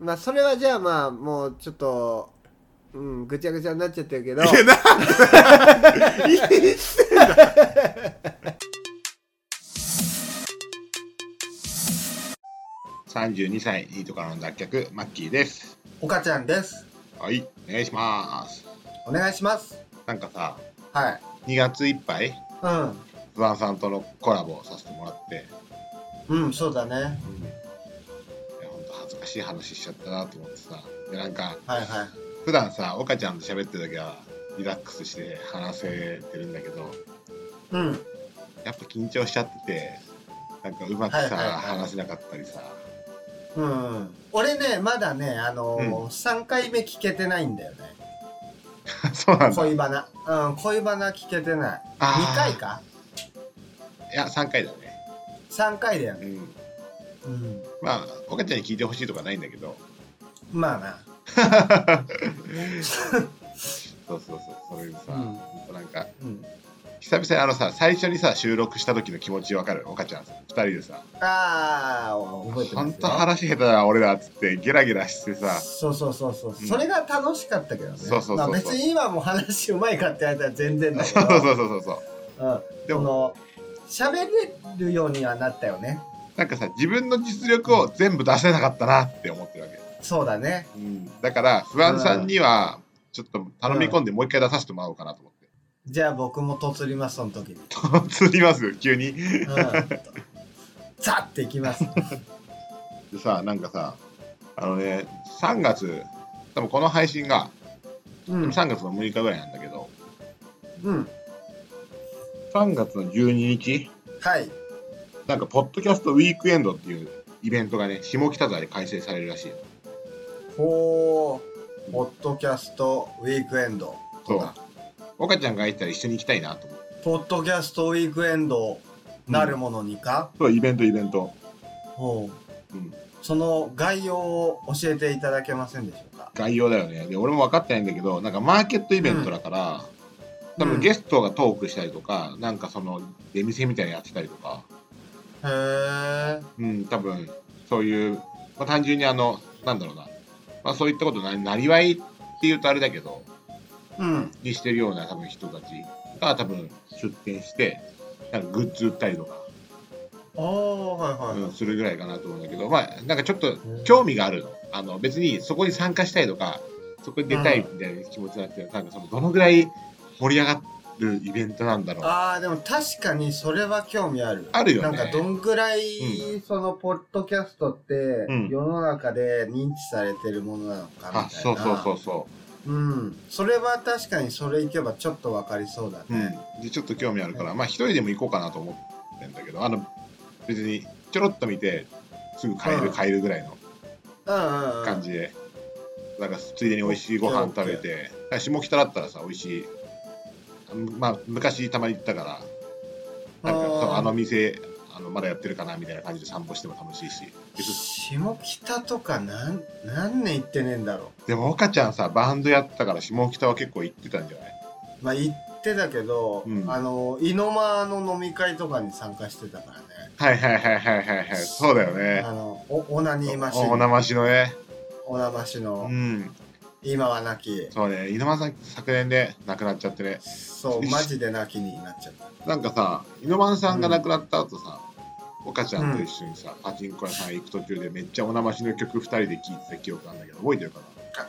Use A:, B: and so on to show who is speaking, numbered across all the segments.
A: まあそれはじゃあまあもうちょっとうんぐちゃぐちゃになっちゃってるけど
B: いやな32歳いいところの脱却マッキーです
C: 岡ちゃんです。
B: はいお願いします
C: お願いします。
B: なんかさ
C: はい。
B: 2月いっぱい
C: うん。
B: 不安さんとのコラボをさせてもらって
C: うん、そうだね。
B: いやほんと恥ずかしい話しちゃったなと思ってさでなんか
C: はいはい。
B: 普段さ岡ちゃんと喋ってる時はリラックスして話せてるんだけど
C: うん。
B: やっぱ緊張しちゃっててなんかうまくさ、
C: はいはいはい
B: 話せなかったりさ
C: うんうん。俺ね、まだね、あの
B: う
C: ー、三3回目聞けてないんだよね。
B: そうなんだ
C: 恋バナ。うん、恋バナ聞けてない。
B: あー
C: 2回か
B: いや3回だね
C: ?3 回だよ
B: う
C: ね。
B: ん
C: うん。
B: まあ岡ちゃんに聞いてほしいとかないんだけど
C: まあな。
B: そうそうそうそれでさ、
C: うん
B: ほんとなんか
C: うん。
B: 久々にあのさ最初にさ収録した時の気持ちわかる岡ちゃんさ2人でさ
C: ああ、
B: 「
C: お覚えて
B: ほ
C: ま
B: ん
C: す
B: と
C: よ。
B: 話下手だな俺ら」っつってゲラゲラしてさ
C: そうそうそうそう、それが楽しかったけどね
B: そうそうそうそう
C: まあ、別に今も話うまいかって言われたら全然だけ
B: そ
C: ど
B: うそうそうそうそう
C: うん、
B: で
C: で
B: も
C: も喋れるようにはなったよね
B: なんかさ自分の実力を全部出せなかったなって思ってるわけ、
C: そうだね
B: だから不安さんにはちょっと頼み込んでもう一回出させてもらおうかなと思って
C: じゃあ僕もとつりますその 時に、うん、
B: 「釣ります急に」
C: ザッていき ます
B: でさなんかさあのね3月多分この配信が
C: うん
B: 3月の6日ぐらいなんだけど
C: うん
B: 3月の12日
C: はい
B: なんかポッドキャストウィークエンドっていうイベントがね下北沢で開催されるらしい
C: ほーポッドキャストウィークエンド
B: そ
C: と
B: う
C: か
B: 岡ちゃんが行ったら一緒に行きたいなと思って
C: ポッドキャストウィークエンドなるものにか、
B: そうイベントイベント
C: ほう
B: うん
C: その概要を教えていただけませんでしょうか
B: 概要だよねで俺も分かってないんだけどなんかマーケットイベントだから、多
C: う
B: 分
C: ん
B: ゲストがトークしたりとかなんかその出店みたいなのやってたりとか
C: へえ
B: うん多分そういう、まあ、単純にあのなんだろうな、まあ、そういったことななりわいっていうとあれだけど
C: うん
B: にしてるような多分人たちが多分出店してなんかグッズ売ったりとか、
C: ああはいはい、
B: うん、するぐらいかなと思うんだけどまあなんかちょっと
C: ん
B: 興味があるのあの別にそこに参加したいとかそこに出たいみたいな気持ちになって、なんかそのどのぐらい盛り上がるイベントなんだろう
C: ああでも確かにそれは興味ある
B: あるよ
C: な
B: ね
C: んかどんぐらい、そのポッドキャストって
B: うん
C: 世の中で認知されてるものなのかみたいな
B: あそうそうそうそう
C: うんそれは確かにそれいけばちょっとわかりそうだ
B: う、
C: ね
B: うん、でちょっと興味あるからまあ一人でも行こうかなと思ってんだけどあの別にちょろっと見てすぐ帰る、
C: うん
B: 帰るぐらいの
C: うんうんうん
B: 感じで、なんかついでに美味しいご飯食べてなんか下北だったらさ美味しいあのまあ昔たまに行ったからなんか
C: あー
B: そうあの店あのまだやってるかなみたいな感じで散歩しても楽しいしでそ
C: 下北とかなん何年行ってねえんだろ
B: でも岡ちゃんさバンドやってたから下北は結構行ってたんじゃないう
C: まあ行ってたけど、
B: うん
C: あの猪間の飲み会とかに参加してたからね
B: はいはいはいはいはいはいそうだよね
C: あのおオナニーマシ
B: おおなましのね
C: オナマシの
B: うん
C: 今はなき
B: そうね猪間さん昨年で亡くなっちゃってね
C: そうマジで泣きになっちゃった
B: なんかさ猪間さんが亡くなった後さ、岡ちゃんと一緒にさ、パチンコ屋さん行く途中でめっちゃおなましの曲2人で聴いてた記憶あるんだけど覚えてるか
C: か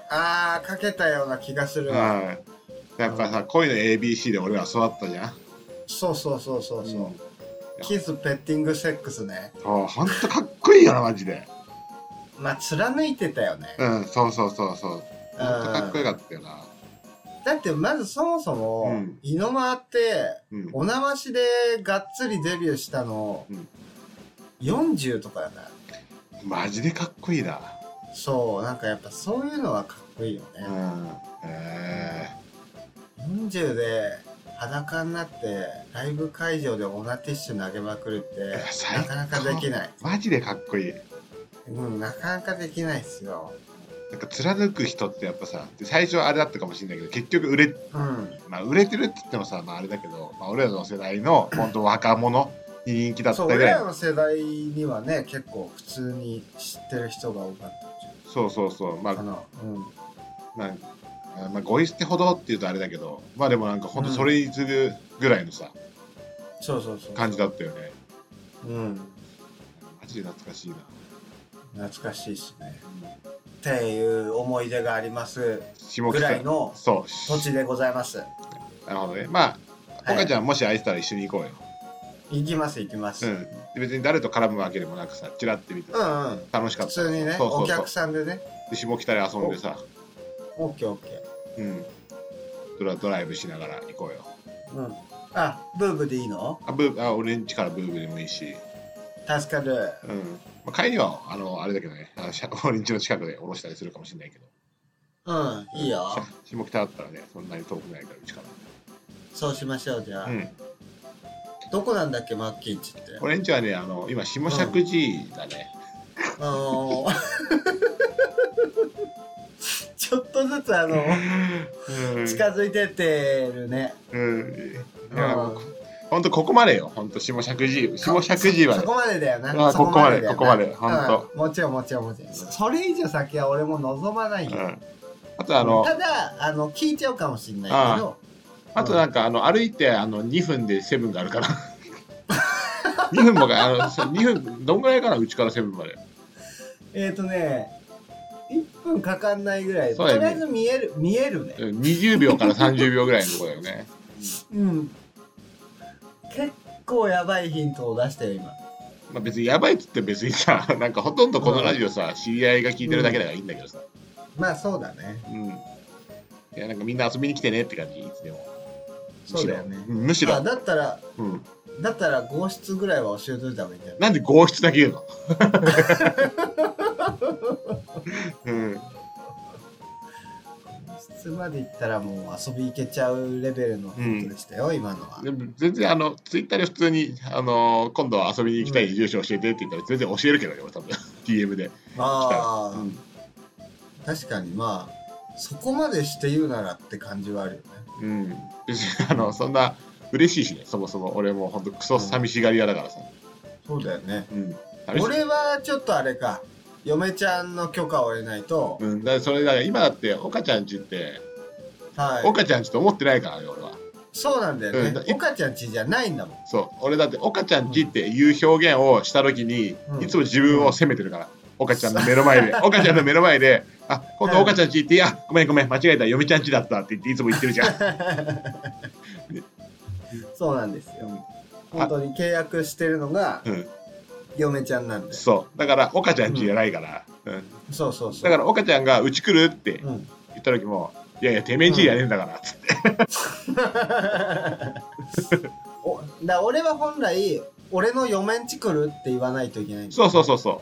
C: あーかけたような気がする
B: な、
C: わ、
B: はいやっぱさ恋の ABC で俺ら育ったじゃん
C: そうそうそうそうそう、
B: うん
C: キスペッティングセックスね
B: そうほんとかっこいいよなマジで
C: まあ貫いてたよね、
B: うんそうそうそうそうほんと
C: うん
B: かっこよかったよな
C: だってまずそもそも、
B: うん
C: イノマって
B: うん
C: おなましでがっつりデビューしたの、
B: うん
C: 40とかだな
B: マジでかっこいいな
C: そうなんかやっぱそういうのはかっこいいよ
B: う
C: ね、
B: んえ
C: 40で裸になってライブ会場でオナティッシュ投げまくる
B: え
C: っ
B: 最
C: てなか
B: 高
C: なかできない、
B: マジでかっこいい
C: うん、なかなかできないっすよ
B: なんか貫く人ってやっぱさで最初はあれだったかもしれないけど結局売れ
C: うん
B: まあ、売れてるって言ってもさ、まあ、あれだけど、まあ、俺らの世代の本当若者に人気だった
C: そう
B: ぐ
C: 俺
B: らい
C: らの世代にはね結構普通に知ってる人が多かったんじゃん
B: そうそうそうそうま
C: あ
B: あ
C: の、うん、
B: なんあまあゴイ捨てほどっていうとあれだけどまあでもなんかほんとそれに次ぐぐらいのさ、
C: そうそうそう
B: 感じだったよね
C: うん
B: マジで懐かしいな
C: 懐かしいっすねっていう思い出があります
B: 下
C: ぐ
B: 北
C: らいの
B: そう
C: 土地でございます
B: なるほどねまあ
C: はい
B: 岡ちゃんもし会えてたら一緒に行こうよ、
C: 行きます行きます、
B: う
C: うん
B: ん、で別に誰と絡むわけでもなくさチラって見て
C: うん
B: 楽しか
C: 普
B: った
C: 通にね
B: そうそうそう
C: お客さんでね
B: で下北で遊んでさ、
C: オッケーオッケ
B: うん、ドラドライブしながら行こうよ
C: ーうんあブーブでいいの
B: あブーあ俺ん家からブーブーでもいいし、
C: 助かる
B: うんまあ、帰りはあのあれだけどね あのしゃ俺ん家の近くで降ろしたりするかもしれないけど
C: うんいいよ
B: しゃ下北だったらねそんなに遠くないからうちか
C: そうしましょうじゃあ、
B: ら、うん、
C: どこなんだっけマッキーチって
B: 俺ん家はねあの今下尺寺だね、
C: あのー ちょっとずつあの
B: うん
C: 近づいてってるね
B: うんいや
C: うん
B: ほんとここまでよほんと下尺寺下尺寺は
C: そ
B: ね
C: こまでだよな
B: あ
C: そだよな
B: ここまでここまでほんと
C: うんもちろんもちろんもちろんそれ以上先は俺も望まないよ、
B: うんあとあの
C: ただあの聞いちゃうかもしれないけど
B: あとなんかあの歩いてあの2分でセブンがある から2分もかあのそう2分どんぐらいかなうちからセブンまで
C: えっ、ー、とね1分かかんないぐらい、
B: そ
C: と
B: うやね
C: りあえず見える見えるね
B: うん20秒から30秒ぐらいのとこだよね
C: うん結構やばいヒントを出したよ今
B: まあ別にやばいっつって別にさ なんかほとんどこのラジオさ知り合いが聞いてるだけだからいいんだけどさ
C: まあそうだね
B: うんいやなんかみんな遊びに来てねって感じいつでも
C: そうだよね
B: むし
C: あ
B: ろ、
C: だったら
B: うん、
C: だったら号室ぐらいは教えといた方がいいんじゃない
B: なんで合室だけ言う の うん
C: 室まで行ったらもう遊び行けちゃうレベルのヒントでしたよ、今のは
B: でも全然あのツイッターで普通に、あのー今度は遊びに行きたい住所教えてって言ったら全然教えるけどね俺多分 DM で、
C: ああ、
B: うん
C: 確かにまあそこまでして言うならって感じはあるよね
B: うん、別にあのそんな嬉しいしねそもそも俺も本当クソ寂しがり屋だからさ、
C: そうだよね
B: うん、寂しい
C: 俺はちょっとあれか嫁ちゃんの許可を得ないと、
B: うん、だからそれだから今だって岡ちゃんちって
C: はい
B: 岡、ちゃんちと思ってないからね俺は
C: そうなんだよね、
B: うん
C: 岡ちゃんちじゃないんだもん
B: そう俺だって岡ちゃんちっていう表現をした時に、
C: うん
B: いつも自分を責めてるから岡ちゃんの目の前 で岡ちゃんの目の前で「あ今度岡ちゃんち行っていやごめんごめん間違えた嫁ちゃんちだった」って言っていつも言ってるじゃん
C: そうなんです
B: うん
C: よ本当に契約してるのが
B: うん
C: 嫁ちゃんなんで
B: そうだから岡ちゃんちじゃないから、うん
C: そうそうそう
B: だから岡ちゃんが「うち来る?」って
C: うん
B: 言った時も「いやいやてめえんちじゃねえんだから」つって、
C: おだ俺は本来俺の嫁んち来るって言わないといけないんだ
B: そうそうそうそ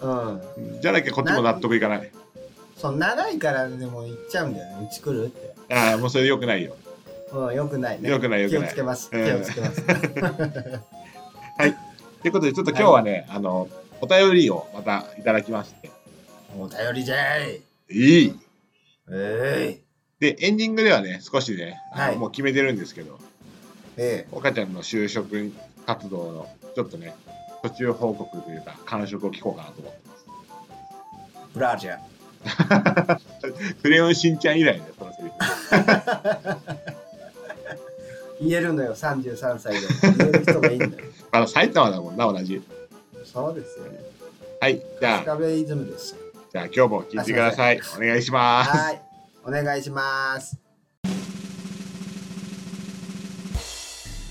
C: うん
B: うじゃなきゃこっちも納得いかない
C: そう長いからでも言っちゃうんだよねうち来るって
B: ああもうそれよくないよ
C: うんよくないね
B: よくないよく
C: 気
B: な
C: を
B: い
C: つけます
B: うん
C: 気をつけます、
B: ということでちょっと今日はね、あのお便りをまたいただきまして
C: お便りじゃい
B: いい
C: えい
B: で、エンディングではね、少しね、あの
C: はい
B: もう決めてるんですけど、
C: え
B: 岡ちゃんの就職活動の、ちょっとね、途中報告というか、感触を聞こうかなと思ってま
C: えブラジャー
B: す。クレヨンしんちゃん以来ね、このセリフ。
C: 言えるのよ33歳で言える人がいいんだよ
B: まだ埼玉だもんな、同じ。
C: そうですよ
B: はい、じゃあ、
C: カベイズムです
B: じゃあ今日も聞いてください。お願いします。
C: はいお願いします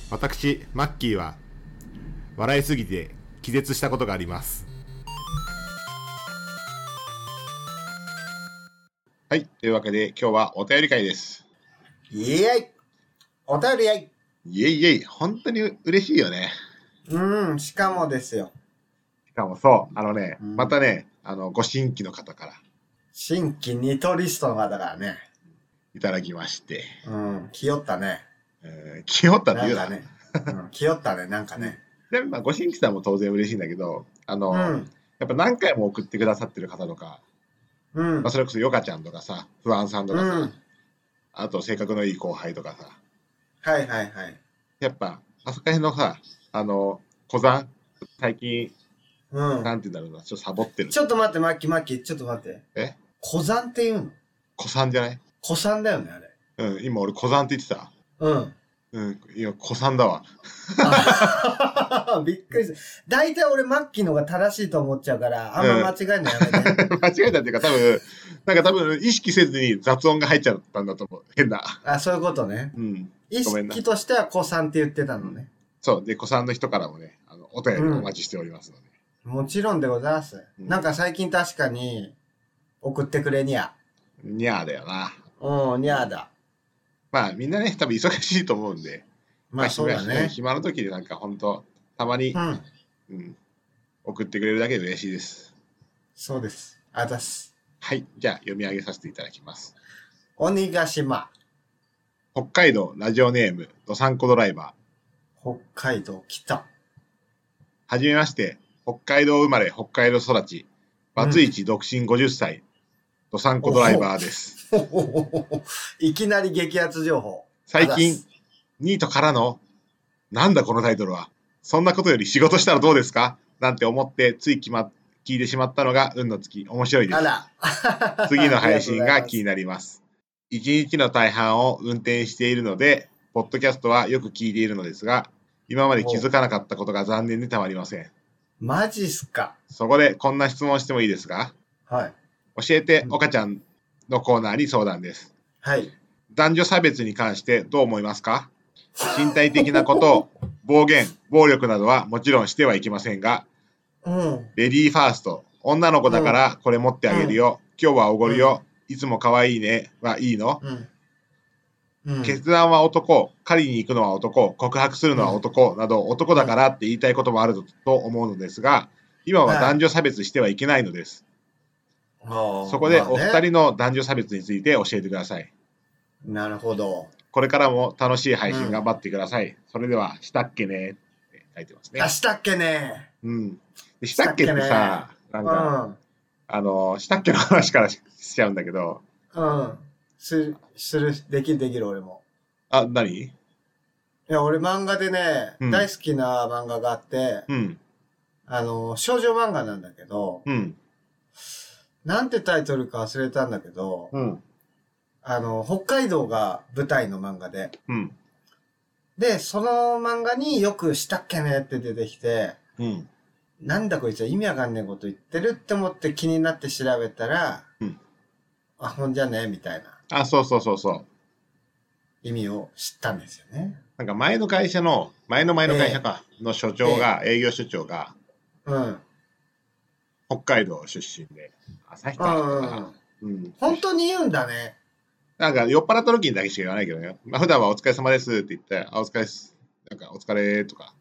D: 私マッキーは笑いすぎて気絶したことがあります
B: はい、というわけで、今日はお便り会です。
C: イエイお便りやい
B: イエイイエイ、本当に嬉しいよね。
C: うんしかもですよ
B: しかもそう、あのね、
C: うん
B: またね、あの、ご新規の方から
C: 新規ニトリストの方からね
B: いただきまして、
C: うん気負ったね
B: えー、清田って
C: な
B: 言
C: ん
B: うな
C: かね、うん、気負ったねなんかね
B: ちなみにまあご新規さんも当然嬉しいんだけど、あの、
C: うん
B: やっぱ何回も送ってくださってる方とか、
C: うん
B: まあ、それこそヨカちゃんとかさ、不安さんとかさ、
C: うん
B: あと性格のいい後輩とかさ、
C: はいはいはい。
B: やっぱ、あそこら辺のさ、あの、小山、最近、
C: うん。
B: なんて言うんだろうな、ちょっとサボってる。
C: ちょっと待って、マッキー、マッキー、ちょっと待って。
B: え
C: 古山って言うの
B: 子さんじゃない
C: 古山だよね、あれ。
B: うん、今俺子さんって言ってた。
C: うん。
B: うん、いや、子さんだわ。
C: あびっくりした。大体俺、マッキーのが正しいと思っちゃうから、あんま間違えないのやめて。
B: 間違えたっていうか、多分、なんか多分意識せずに雑音が入っちゃったんだと思う。変な。
C: あ、そういうことね。
B: うん。
C: 意
B: ごめんな
C: 識としては古山って言ってたのね。
B: そう。で、子さんの人からもね、あのお便りお待ちしておりますので。
C: もちろんでございます。
B: うん
C: なんか最近確かに、送ってくれにゃ。
B: にゃーだよな。
C: うん、にゃーだ。
B: まあ、みんなね、多分忙しいと思うんで、
C: まあそうだ
B: 暇
C: ね。
B: 暇の時でなんか本当たまに
C: う、ん、
B: うん、送ってくれるだけで嬉しいです。
C: そうです。あざっす。
B: はい。じゃあ、読み上げさせていただきます。
C: 鬼ヶ島、
B: 北海道ラジオネーム、どさんこドライバー。
C: 北海道、北。
B: はじめまして、北海道生まれ、北海道育ち、バツイチ独身50歳、ドサンコドライバーです。
C: ほほほほほ いきなり激アツ情報。
B: 最
C: あざっ
B: 近
C: す、
B: ニートからの、なんだこのタイトルは、そんなことより仕事したらどうですかなんて思って、つい決ま聞いてしまったのが運の尽き、面白いで
C: あ
B: す。
C: ら。
B: 次の配信が気に
C: な
B: なります。一日の大半を運転しているので、ポッドキャストはよく聞いているのですが、今まで気づかなかったことが残念でたまりません。
C: マジっすか。
B: そこでこんな質問してもいいですか
C: はい。
B: 教えて
C: うん
B: 岡ちゃんのコーナーに相談です。
C: はい。
B: 男女差別に関してどう思いますか身体的なこと、暴言、暴力などはもちろんしてはいけませんが、
C: うん。
B: レディーファースト、女の子だからこれ持ってあげるよ、今日はおごるよ、いつも可愛いねはいいの、
C: うん。うん。
B: 決断は男、狩りに行くのは男、告白するのは男など男だからって言いたいこともあると思うのですが、今は男女差別してはいけないのです。そ
C: そ
B: こでお二人の男女差別について教えてください。
C: なるほど。
B: これからも楽しい配信頑張ってください。それでは、したっけねって書いてますね
C: あ、。したっけね
B: うん。でしたっけってさ、な
C: うん
B: か、
C: ん。
B: あの、したっけの話からししちゃうんだけど、
C: うん。する、する、できる、できる、俺も。
B: あ、何
C: いや、俺漫画でね、
B: うん
C: 大好きな漫画があって、
B: うん、
C: あの、少女漫画なんだけど、
B: うん、
C: なんてタイトルか忘れたんだけど、
B: うん、
C: あの、北海道が舞台の漫画で、
B: うん、
C: で、その漫画によくしたっけねって出てきて、
B: うん、
C: なんだこいつは意味わかんねえこと言ってるって思って気になって調べたら、
B: うん
C: あ、ほんじゃねえみたいな
B: あ、そうそうそうそう。
C: 意味を知ったんですよね。
B: なんか前の会社の、前の前の会社か、の所長が、営業所長が、
C: うん。
B: 北海道出身で、旭
C: う
B: 川だったか
C: ん
B: な。。うん。
C: 本当に言うんだね。
B: なんか酔っ払った時にだけしか言わないけどね。まあ、普段はお疲れ様ですって言って、あ、お疲れっす。なんかお疲れとか、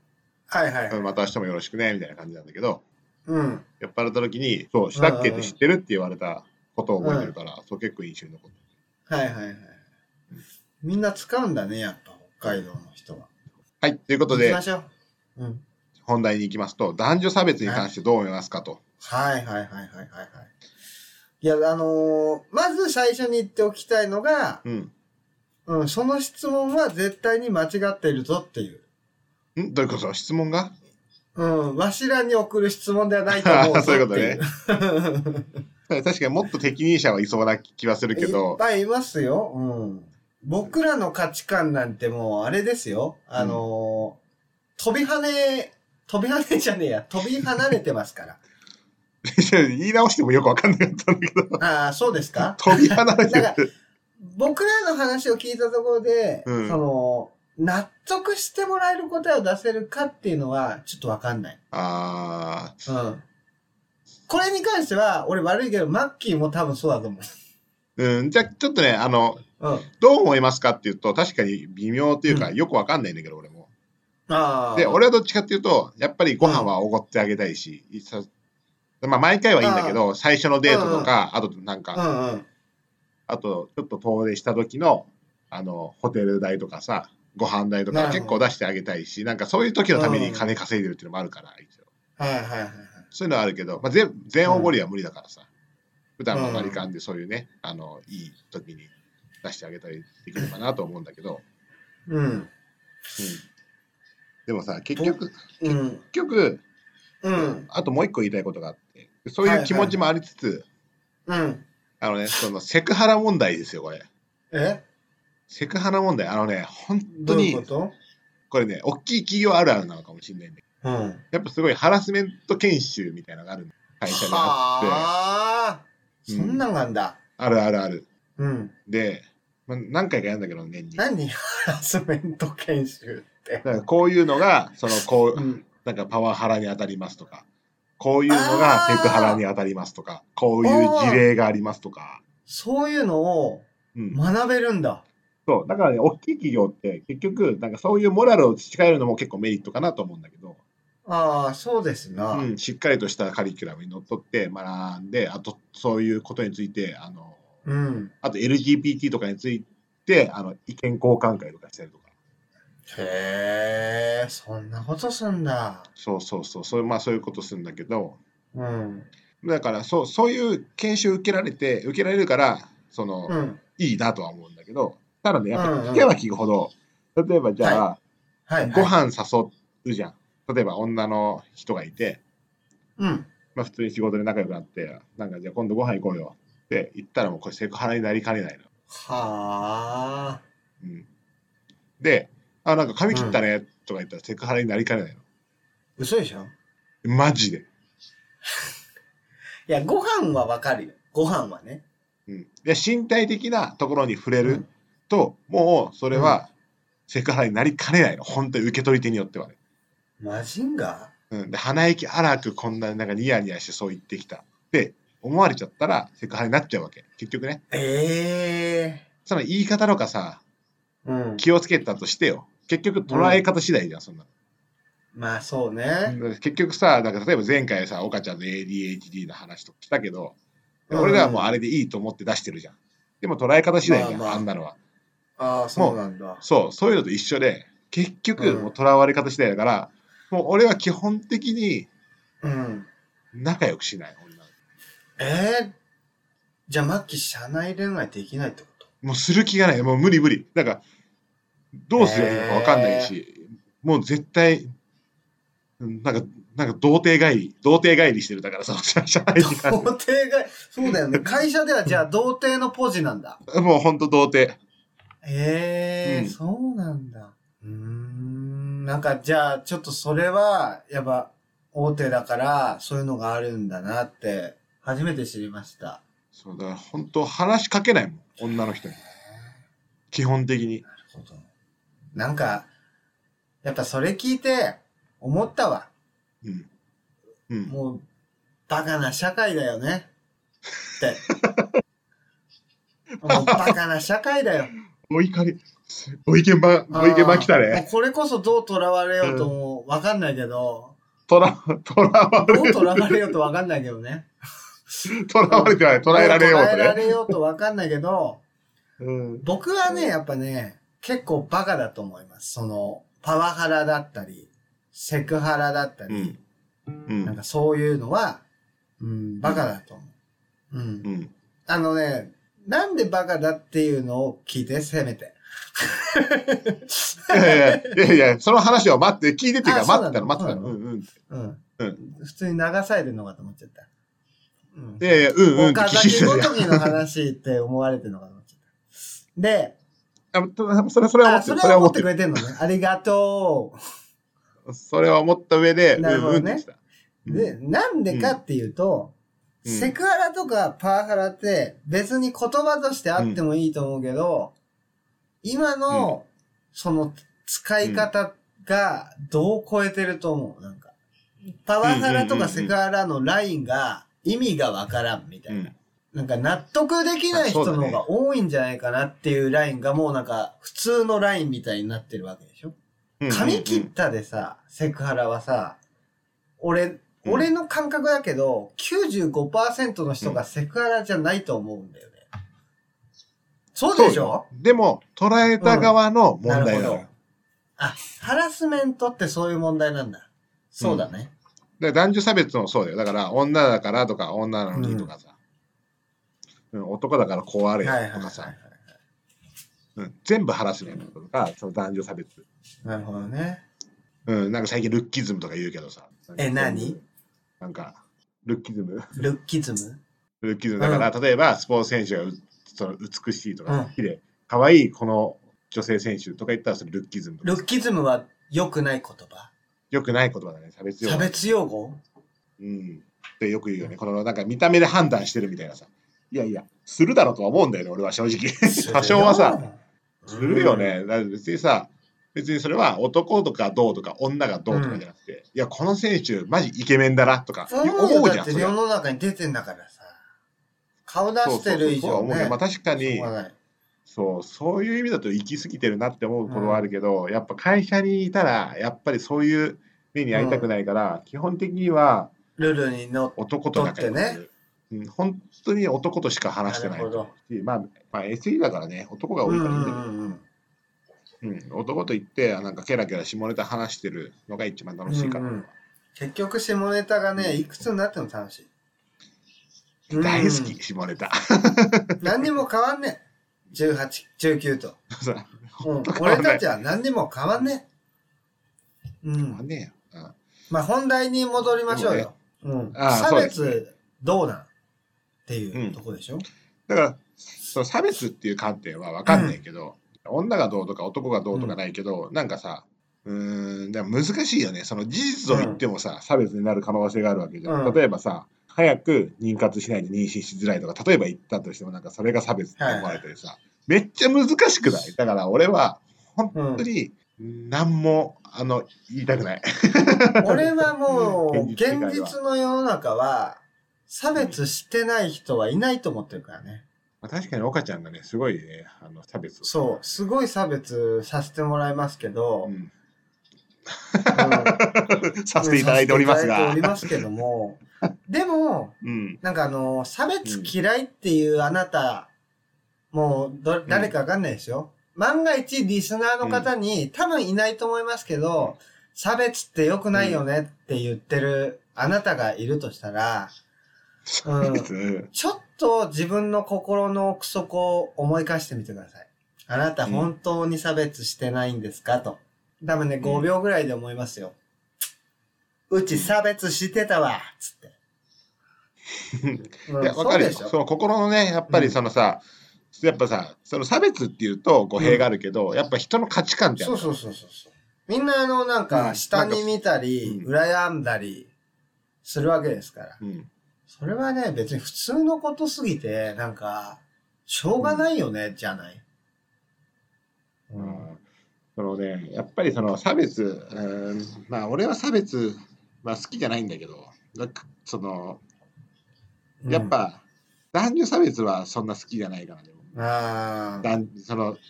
C: はいはい。
B: また明日もよろしくねみたいな感じなんだけど
C: うん。
B: 酔っ払った時に「そうしたっけ?」って知ってるって言われたことを覚えてるから、そう結構印象に残ってる
C: はいはいはい。みんな使うんだね、やっぱ北海道の人は。
B: はいということ
C: 行き
B: で
C: ましょう。うん。
B: 本題に行きますと男女差別に関してどう思いますかと、
C: はいはいはいはいはいはい。いや、あのーまず最初に言っておきたいのが、
B: うん、
C: うん、その質問は絶対に間違っているぞっていう。
B: んどういうこと質問が
C: うん、わしらに送る質問ではないと思うぞ
B: そういうこと
C: って いう
B: 確かにもっと適任者はいそうな気はするけ
C: いっ
B: ど
C: ぱいいますよ。うん。僕らの価値観なんてもうあれですよ。あのー飛び跳ね、飛び跳ねじゃねえや、飛び離れてますから。
B: 言い直してもよく分かんなかった んだけど
C: ああ、そうですか
B: 飛び離れて
C: なん
B: る
C: 僕らの話を聞いたところで、
B: うん
C: その、納得してもらえる答えを出せるかっていうのは、ちょっとわかんない。
B: あ
C: う
B: ー
C: ん。これに関しては、俺悪いけど、マッキーも多分そうだと思
B: うん、じゃあちょっとねあの
C: う。うん。
B: どう思いますかっていうと確かに微妙っていうか、
C: うん
B: よく分かんないんだけど俺も
C: ああ。
B: で、俺はどっちかっていうと、やっぱりご飯はおごってあげたいし、いさまあ、毎回はいいんだけど、最初のデートとか、あとなん
C: う
B: か、
C: んうん。
B: あとちょっと遠出した時の、あの、ホテル代とかさ、ご飯代と
C: なる
B: か
C: ほど
B: 結構出してあげたいし、なんかそういう時のために金稼いでるっていうのもあるから、一応。
C: はいはいはいはい。
B: そういうのはあるけど、まあ、全全おごりは無理だからさ、普段の割り勘でそういうね、あの、いい時に出してあげたりできるかなと思うんだけど、うん
C: うん。
B: でもさ、結局、
C: うん。
B: 結局
C: うん。
B: あともう一個言いたいことがあって、そういう気持ちもありつつ、
C: うん。
B: あのね、そのセクハラ問題ですよ、これ。
C: え
B: セクハラ問題、あのね、本
C: ど
B: 当
C: ういう
B: に、
C: こ
B: ことれね、大きい企業あるあるなのかもしれないんだけ
C: うん。
B: ど、やっぱすごいハラスメント研修みたいなのがあるの会社に
C: はあ。
B: あって、うん
C: そんなんがあんだ。
B: あるあるある。
C: うん。
B: で、ま何回かやるんだけど、年に。だ
C: 何 ハラスメント研修って。
B: からこういうのが、その、こ
C: う
B: う、
C: ん。
B: なんかパワハラに当たりますとか、こういうのがセクハラに当たりますとか、こういう事例がありますとか。
C: そういうのを
B: うん、
C: 学べるんだ。
B: そう、だからね、大きい企業って結局、なんかそういうモラルを培えるのも結構メリットかなと思うんだけど、
C: ああ、そうですな。
B: うん、しっかりとしたカリキュラムにのっとって学んで、あとそういうことについて、あの
C: うん。
B: あと LGBT とかについてあの意見交換会とかしたりとか、
C: へえ、そんなことすんだ。
B: そうそうそう、そういう,、まあ、そういうことするんだけど、
C: うん。
B: だからそうそういう研修受けられて、受けられるからその、
C: うん。
B: いいなとは思うんだけど、ただね、やっぱ
C: うんうん
B: 聞けば聞くほど、例えばじゃあ、
C: はい、はい。
B: ご。飯誘うじゃん。例えば女の人がいて、
C: うん。
B: まあ、普通に仕事で仲良くなって、なんかじゃあ今度ご飯行こうよって言ったらもうこれセクハラになりかねないの。
C: はあ。
B: うん、で、あ、なんか髪切ったねとか言ったらセクハラになりかねない
C: 嘘でしょ
B: の。マジで。
C: いや、ご飯はわかるよ。ご飯はね。
B: うん、で身体的なところに触れると、もうそれはセクハラになりかねないの。本当に受け取り手によってはね。
C: マジンガ
B: うん、で鼻息荒くこんななんかニヤニヤしてそう言ってきたって思われちゃったらセクハラになっちゃうわけ。結局ね。
C: ええ
B: その言い方とかさ、
C: うん。
B: 気をつけたとしてよ。結局捉え方次第じゃん、そんなの。
C: まあそうね。
B: 結局さ、なんか例えば前回さ、岡ちゃんの ADHD の話とかしたけど、
C: うん
B: 俺らはもうあれでいいと思って出してるじゃん。でも捉え方次第じゃん、
C: まあまあ
B: あんなのは。
C: ああ、そうなんだ。
B: そう、そういうのと一緒で、結局、
C: うん
B: もう囚われ方次第だから、もう俺は基本的に
C: うん。
B: 仲良くしない、女の子
C: ええじゃあ、マッキー、社内恋愛できないってこと
B: もうする気がない、もう無理無理。なんか、どうすればいいのか分かんないし、もう絶対、うんなんか、なんか童貞帰り、童貞帰りしてるだからさ、社会時間
C: 童貞が、そうだよね。会社ではじゃあ、童貞のポジなんだ。
B: もうほんと童貞。
C: ええ
B: うん
C: そうなんだ。うーん。なんか、じゃあ、ちょっとそれは、やっぱ、大手だから、そういうのがあるんだなって、初めて知りました。
B: そうだから本当話しかけないもん女の人に基本的に
C: なるほど。なんか、やっぱそれ聞いて、思ったわ。
B: うん、うん、
C: もう、バカな社会だよね。って。もうバカな社会だよ。
B: お怒りご意見ばご意見ば来た
C: もう
B: ね
C: これこそどう囚われようともわかんないけ ど、
B: とらとらわ
C: どう
B: れ
C: 囚われようとわかんないけどね。
B: とらわれてない捉えられよう
C: 捉
B: と
C: えら
B: ね
C: れようとわかんないけど、
B: うん
C: 僕はね、やっぱね、結構バカだと思います。その、パワハラだったり、セクハラだった
B: う
C: り、
B: んう
C: なん
B: ん
C: かそういうのは、うん、バカだと思う。うん
B: う。ん
C: あのね、なんでバカだっていうのを聞いて、せめて。
B: いやいやいやいやその話を待って聞いてっていうか
C: あそう
B: 待っ
C: なの
B: てたの待ってたの
C: そううん
B: うん
C: うん。
B: うん
C: 普通に流されるのかと思っちゃった。うん
B: い。やいやうんうんって
C: 岡
B: 聞い
C: 崎
B: て
C: ご
B: る
C: ときの話って思われてるのかと思っちゃった。で、
B: あたそれそれは思
C: あ、
B: って
C: そ
B: る
C: れ
B: それ
C: は思
B: は
C: っ
B: 思ってて
C: く
B: る
C: れてんのね。ありがと
B: それは思った上でうん
C: なるほど
B: うんっ
C: ね
B: て言ってた
C: う。で、なんでかっていうと、
B: うん
C: セクハラとかパワハラって別に言葉としてあってもいいと思うけど、今のその使い方がどう超えてると思う。なんか、パワハラとかセクハラのラインが意味がわからんみた
B: う
C: いな。
B: ん
C: なんか納得できない人の方が多いんじゃないかなっていうラインがもうなんか普通のラインみたいになってるわけでしょ
B: うん
C: 髪切ったでさ、セクハラはさ、俺、
B: うん
C: 俺の感覚だけど、95%の人がセクハラじゃないと思うんだよね。そうでしょ
B: でも捉えた側の
C: な
B: 問題だか
C: るほ
B: ら
C: ど。あ、ハラスメントってそういう問題なんだ。そうだね。
B: で男女差別もそうだよ。だから、女だからとか、女なのにとかさ、うん男だからこうあれ
C: はいはい
B: と
C: はいは
B: か
C: い
B: さ、うん、全部ハラスメントとか、その男女差別。
C: なるほどね。
B: うん、なんか最近ルッキズムとか言うけどさ。
C: え何
B: なんか、ルッキズム
C: ルッキズム
B: ルッキズムだから、例えばスポーツ選手がうその美しいと
C: うん
B: か、綺麗、可愛いこの女性選手とか言ったらそれルッキズム。
C: ルッキズムは良くない言葉。
B: よくない言葉だね、差別用
C: 差
B: 語。
C: 別用語
B: うん。ってよく言うよね。このなんか見た目で判断してるみたいなさ。いやいや、するだろうとは思うんだよね、俺は正直。 多少はさ、、するよ。ね。だから別にさ、別にそれは男とかどうとか女がどうとかじゃなくて、いや、この選手、マジイケメンだなとか
C: そう思
B: 思
C: う
B: う
C: じ
B: じ
C: ゃん。だっ
B: ゃん。そ
C: て
B: れ
C: 世
B: は
C: の中に出てんだからさ。顔出
B: そう
C: してる以
B: そうそうは
C: 上
B: 思う
C: ね。
B: まあ確かに
C: しょうがない
B: そうそういう意味だと行き過ぎてるなって思うことはあるけど、やっぱ会社にいたらやっぱりそういう目に遭いたくないから、基本的には
C: ルールにのっ
B: 男と仲良く
C: だってね
B: うん、本当に男としか話してない
C: なるほど
B: し、まあ、まあ SE だからね男が
C: う
B: 多い
C: ん
B: か
C: う
B: らいいんだけど、
C: んうん
B: うん男と言ってなんかケラケラ下ネタ話してるのが一番楽しいから、
C: うんうん結局下ネタがね、いくつになっても楽しい。
B: 大好
C: うん
B: き下ネタ
C: 何にも変わんねえ。18、19と。
B: そう
C: うん
B: 変わ
C: 俺
B: んない
C: たちは何にも変わんねえ。う
B: まあ
C: ん。
B: ねうん
C: まあ本題に戻りましょうよ。うん。
B: ああ
C: 差
B: そうで
C: 別どうなんっていうとこでしょ
B: だからその差別っていう観点は分かんないけど、女がどうとか男がどうとかないけど、なんかさうーんでも難しいよねその事実を言ってもさ、差別になる可能性があるわけじゃん、
C: うん
B: 例えばさ早く妊活しないで妊娠しづらいとか例えば言ったとしてもなんかそれが差別って思われたりさ、めっちゃ難しくないだから俺は本当に何も、あの言いたくない
C: 俺はもう、現
B: 現実世界は
C: 実の世の中は、差別してない人はいないと思ってるからね。
B: まあ確かに岡ちゃんがねすごいねあの差別を
C: そう、すごい差別させてもらいますけど、う
B: う
C: ん
B: ん
C: さ
B: させていただいております
C: せていただい
B: が
C: ておりますけども、でも、
B: うん
C: なんかあの、差別嫌いっていうあなた、もうど、誰かわかんないですよ。万が一リスナーの方に、多分いないと思いますけど、差別って良くないよねって言ってるあなたがいるとしたら、うん、
B: うん
C: ちょっと自分の心の奥底を思い返してみてください。あなた本当に差別してないんですかと。多分ね、
B: ん
C: 5秒ぐらいで思いますよ。うち差別してたわつって。うん
B: いや、わかるよ。
C: そうでし
B: そ
C: ょ
B: の心のね、やっぱ
C: う
B: り
C: ん
B: そのさ、やっぱさ、その差別っていうと語弊があるけど、やっぱ人の価値観ってあ
C: そ
B: る
C: うそうそうそうそう。みんなあの、なんか、
B: うん
C: 下に見たり、
B: うん
C: 羨んだり、するわけですから。
B: うん。
C: それはね、別に普通のことすぎて、なんか、しょうがないよね、じゃない。うん。
B: そのね、やっぱりその差別、うんまあ俺は差別、まあ好きじゃないんだけど、だその、やっぱ、男女差別はそんな好きじゃないかな、でも。
C: うん、ああ。
B: 男その好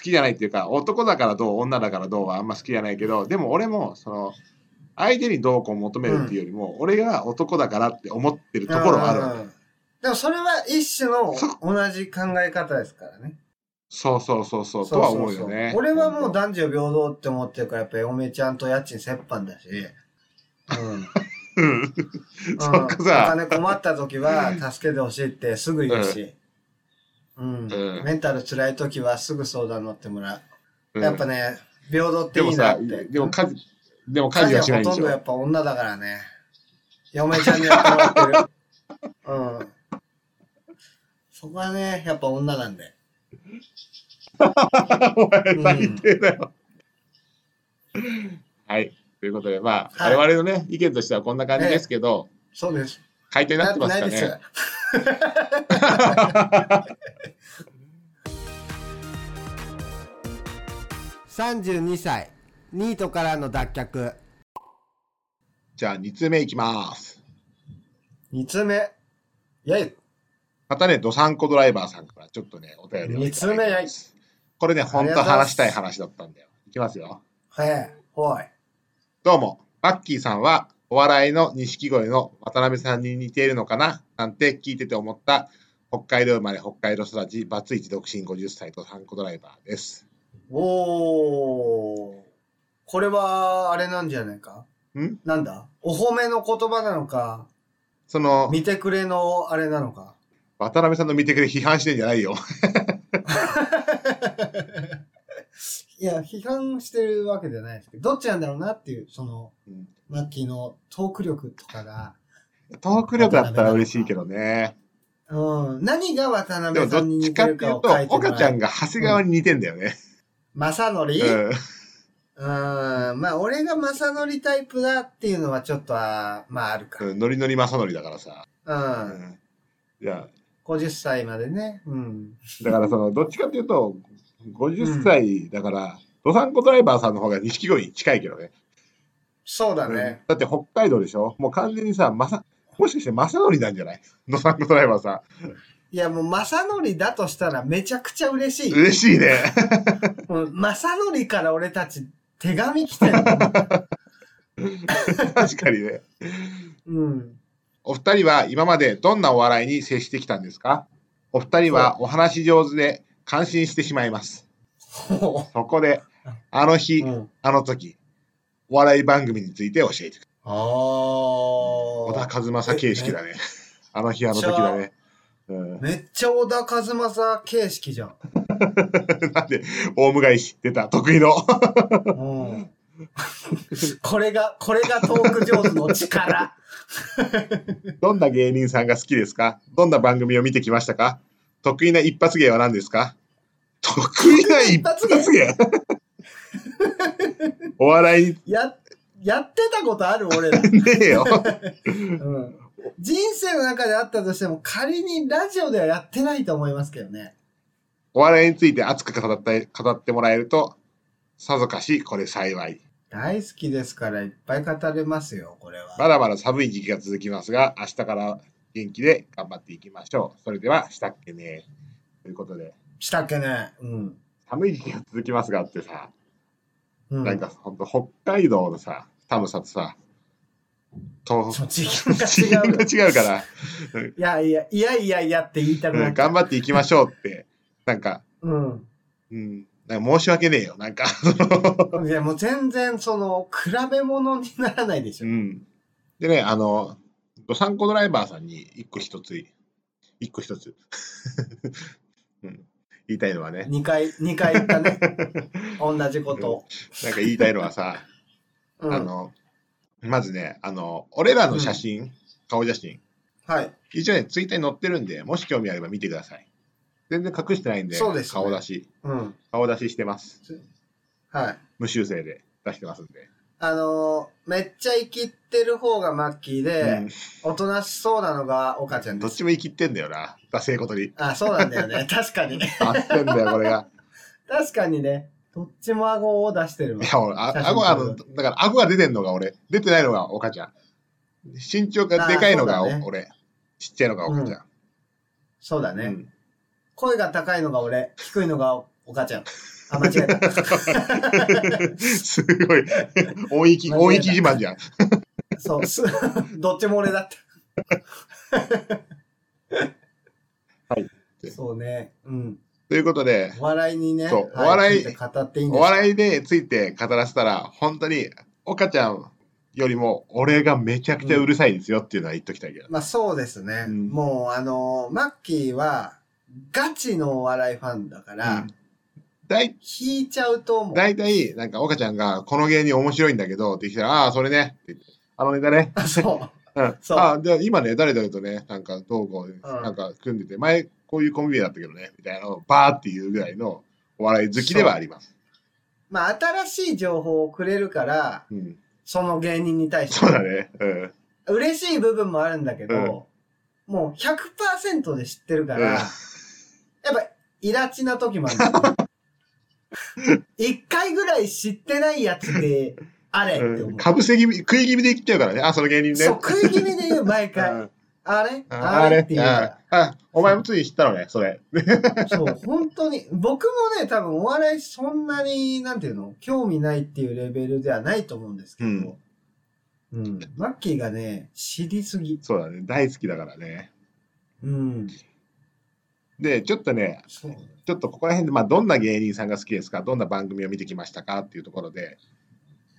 B: きじゃないっていうか男だからどう女だからどうはあんま好きじゃないけどでも俺もその相手にどうこう求めるっていうよりも、俺が男だからって思ってるところはあるわけ
C: うんでもそれは一種の
B: そ
C: 同じ考え方ですからね。
B: そうそうそうそう
C: そう
B: とは
C: そう
B: 思う
C: そう
B: よね
C: 俺はもう男女平等って思ってるから、やっぱ嫁ちゃんと家賃折半だし。 うん。
B: うんそっかさ
C: うんお金困った時は助けてほしいってすぐ言うし。うん。
B: うん
C: メンタル辛い時はすぐ相談乗ってもらう。
B: うん
C: やっぱね、平等ってい
B: でも
C: いな
B: さ
C: って。
B: でも家事でも
C: 家事
B: 家事
C: はほ
B: はしないん
C: と
B: で
C: ん
B: し
C: どや
B: ょ
C: っぱ女だからね。嫁ちゃんにやってもらって る。うん。そこはね、やっぱ女なんで。
B: お前
C: うん
B: 最低だよ、 はいということでまあ、
C: はい
B: 我々のね意見としてはこんな感じですけど、
C: そうです。
B: 回答になってます
C: な
B: か
C: ってない
B: ね
C: です。
A: 32歳ニートからの脱却
B: じゃあ2通目いきます
C: 二つ目。やい。
B: またね、どさんこドライバーさんからちょっとね、お便りをいただいてます。これね、本当話したい話だったんだよ。いきますよ。
C: はい。おい。
B: どうも、バッキーさんは、お笑いの錦鯉の渡辺さんに似ているのかななんて聞いてて思った、北海道生まれ、北海道育ち、バツイチ独身50歳とさんこドライバーです。
C: おー。これは、あれなんじゃないか
B: ん
C: なんだお褒めの言葉なのか、
B: その、
C: 見てくれのあれなの か。
B: 渡辺さんの見てくれ批判してんじゃないよ。
C: いや、批判してるわけじゃないですけど、どっちなんだろうなっていう、その、
B: うん
C: マッキーのトーク力とかが、
B: トーク力だったら嬉しいけどね。
C: うん。何が渡
B: でも
C: 辺
B: ど
C: さん
B: っ
C: に
B: ち
C: 似
B: か
C: て
B: ってい
C: る
B: う
C: か
B: と
C: を書い、てもら
B: 岡
C: う。
B: ちゃんが長谷川に似てんだよね。
C: 正則
B: う
C: うん
B: ん。
C: ん。まあ、俺が正則タイプだっていうのはちょっとは、まああるか。
B: うんノリノリ正則だからさ。
C: う
B: う
C: ん。
B: ん。いや、
C: 50歳までね。うん。
B: だからその、どっちかっていうと、50歳だから、ドサンコドライバーさんの方が錦鯉に近いけどね。
C: そうだ
B: うん
C: ね。
B: だって北海道でしょもう完全にさ、まさ、もしかして正則なんじゃないドサンコドライバーさ
C: いや、もう正則だとしたらめちゃくちゃ嬉し
B: ん。
C: い。
B: 嬉しいね。
C: もう正則から俺たち手紙来てる。
B: 確かにね。
C: うん。
B: お二人は今までどんなお笑いに接してきたんですかお二人はお話し上手で感心してしまいます。
C: ほ
B: そこで、あの日、
C: う。うん。
B: あの時、お笑い番組について教えてくれ。
C: ああ。
B: 小田和正形式だね。あの日、あの時だね。うん、
C: めっちゃ小田和正形式じゃん。
B: なんで、オウム返し出た、得意の。
C: うん、 これが、これがトーク上手の力。
B: どんな芸人さんが好きですかどんな番組を見てきましたか得意な一発芸は何ですか得意な一発芸お笑い
C: や、やってたことある俺ら。
B: ねえよ。
C: うん、人生の中であったとしても、仮にラジオではやってないと思いますけどね。
B: お笑いについて熱く語って語ってもらえると、さぞかしこれ幸い。
C: 大好きですから、いっぱい語れますよ、これは。
B: まだまだ寒い時期が続きますが、明日から元気で頑張っていきましょう。それでは、したっけね。ということで、
C: したっけね。うん。
B: 寒い時期が続きますがってさ、
C: う
B: なんかほんと北海道のさ、寒さとさ、と、
C: そう次元
B: 地域
C: が違う。い
B: が違うから、
C: やいや、いやいやいやって言いたく
B: う
C: なっ
B: ん
C: ちゃ
B: 頑
C: う。
B: 張っていきましょうって、なんか、
C: うん。
B: うん、なんか申し訳ねえよ。な んか、
C: いや、もう全然、その、比べ物にならないでしょ
B: う。ん。でね、あの、ドサンコドライバーさんに一個一つ、一個一つ、 うん、言いたいのはね、
C: 二回、二回言った ね。同じことを。
B: なんか言いたいのはさ、
C: うん。
B: あの、まずね、あの、俺らの写真、顔写真、
C: はい。
B: 一応ね、ツイッターに載ってるんで、もし興味あれば見てください。全然隠してないんで、
C: そうですね
B: 顔出し、
C: うん。
B: 顔出ししてます。
C: はい。
B: 無修正で出してますんで。
C: あのーめっちゃ生きってる方がマッキーで、おとなしそうなのが岡ちゃ
B: うんん、
C: で
B: どっ
C: す。
B: ちも生きってんだよな、ダセいことに。
C: あ、そうなんだよね。確かにね。
B: 合ってんだよ、これが。
C: 確かにね。どっちも顎を出してるわ
B: い。や、俺、あ
C: 写 真
B: 顎があの、
C: 撮
B: だから、顎が出てんのが俺、出てないのが岡ちゃん。身長がでかいのが
C: あー
B: お
C: そうだね
B: 俺、ちっちゃいのが岡ちゃん。
C: そうだね、
B: うん
C: 声が高いのが俺、低いのが岡ちゃん。あ、間違えた。
B: すごい、音域、
C: 間
B: 音
C: 違え
B: 域
C: た
B: 自慢じゃん。
C: そう、 すどっちも俺だった。
B: はい。
C: そうね。うん。
B: ということで、
C: お笑いにね、
B: そう
C: はい
B: お笑い
C: つて語っていいん
B: お
C: ですか
B: 笑いでついて語らせたら、本当に、岡ちゃんよりも、俺がめちゃくちゃうるさいですよっていうのは言っときたいけど。
C: まあそうですね。
B: うん
C: もうあのマッキーはガチのお笑いファンだから、
B: うんだい
C: 引いちゃうと思う。
B: 大体、なんか、岡ちゃんが、この芸人面白いんだけど、って言ってきたら、ああー、それね、って言ってあのネタね、
C: あ、 そう。
B: うん、
C: そう
B: あで今ね、誰々とね、なんか、どうこう、
C: ん
B: なんか組んでて、前、こういうコンビだったけどね、みたいなのをバーっていうぐらいのお笑い好きではあります。
C: まあ新しい情報をくれるから、
B: うん、
C: その芸人に対し
B: そう
C: て。
B: だね。うん。
C: 嬉しい部分もあるんだけど、もう100%で知ってるから、
B: うん
C: やっぱ、イラチな時もあるんだよね。一回ぐらい知ってないやつで、あれって思う。
B: かぶせ気味、食い気味で言っちゃうからね、あ、その芸人ね。
C: そう、食い気味で言う、毎
B: う
C: 回。
B: ん
C: あれ
B: あ
C: あ
B: あ
C: れ
B: れ
C: って言うから
B: あ。あ、お前もつい知ったのね、それ。
C: そう、本当に。僕もね、多分お笑いそんなに、なんていうの興味ないっていうレベルではないと思うんですけど。うん。マッキーがね、知りすぎ。
B: そうだね、大好きだからね。
C: うん。
B: で、ちょっとね、
C: そう。
B: ちょっとここら辺で、まあ、どんな芸人さんが好きですか、どんな番組を見てきましたかっていうところで、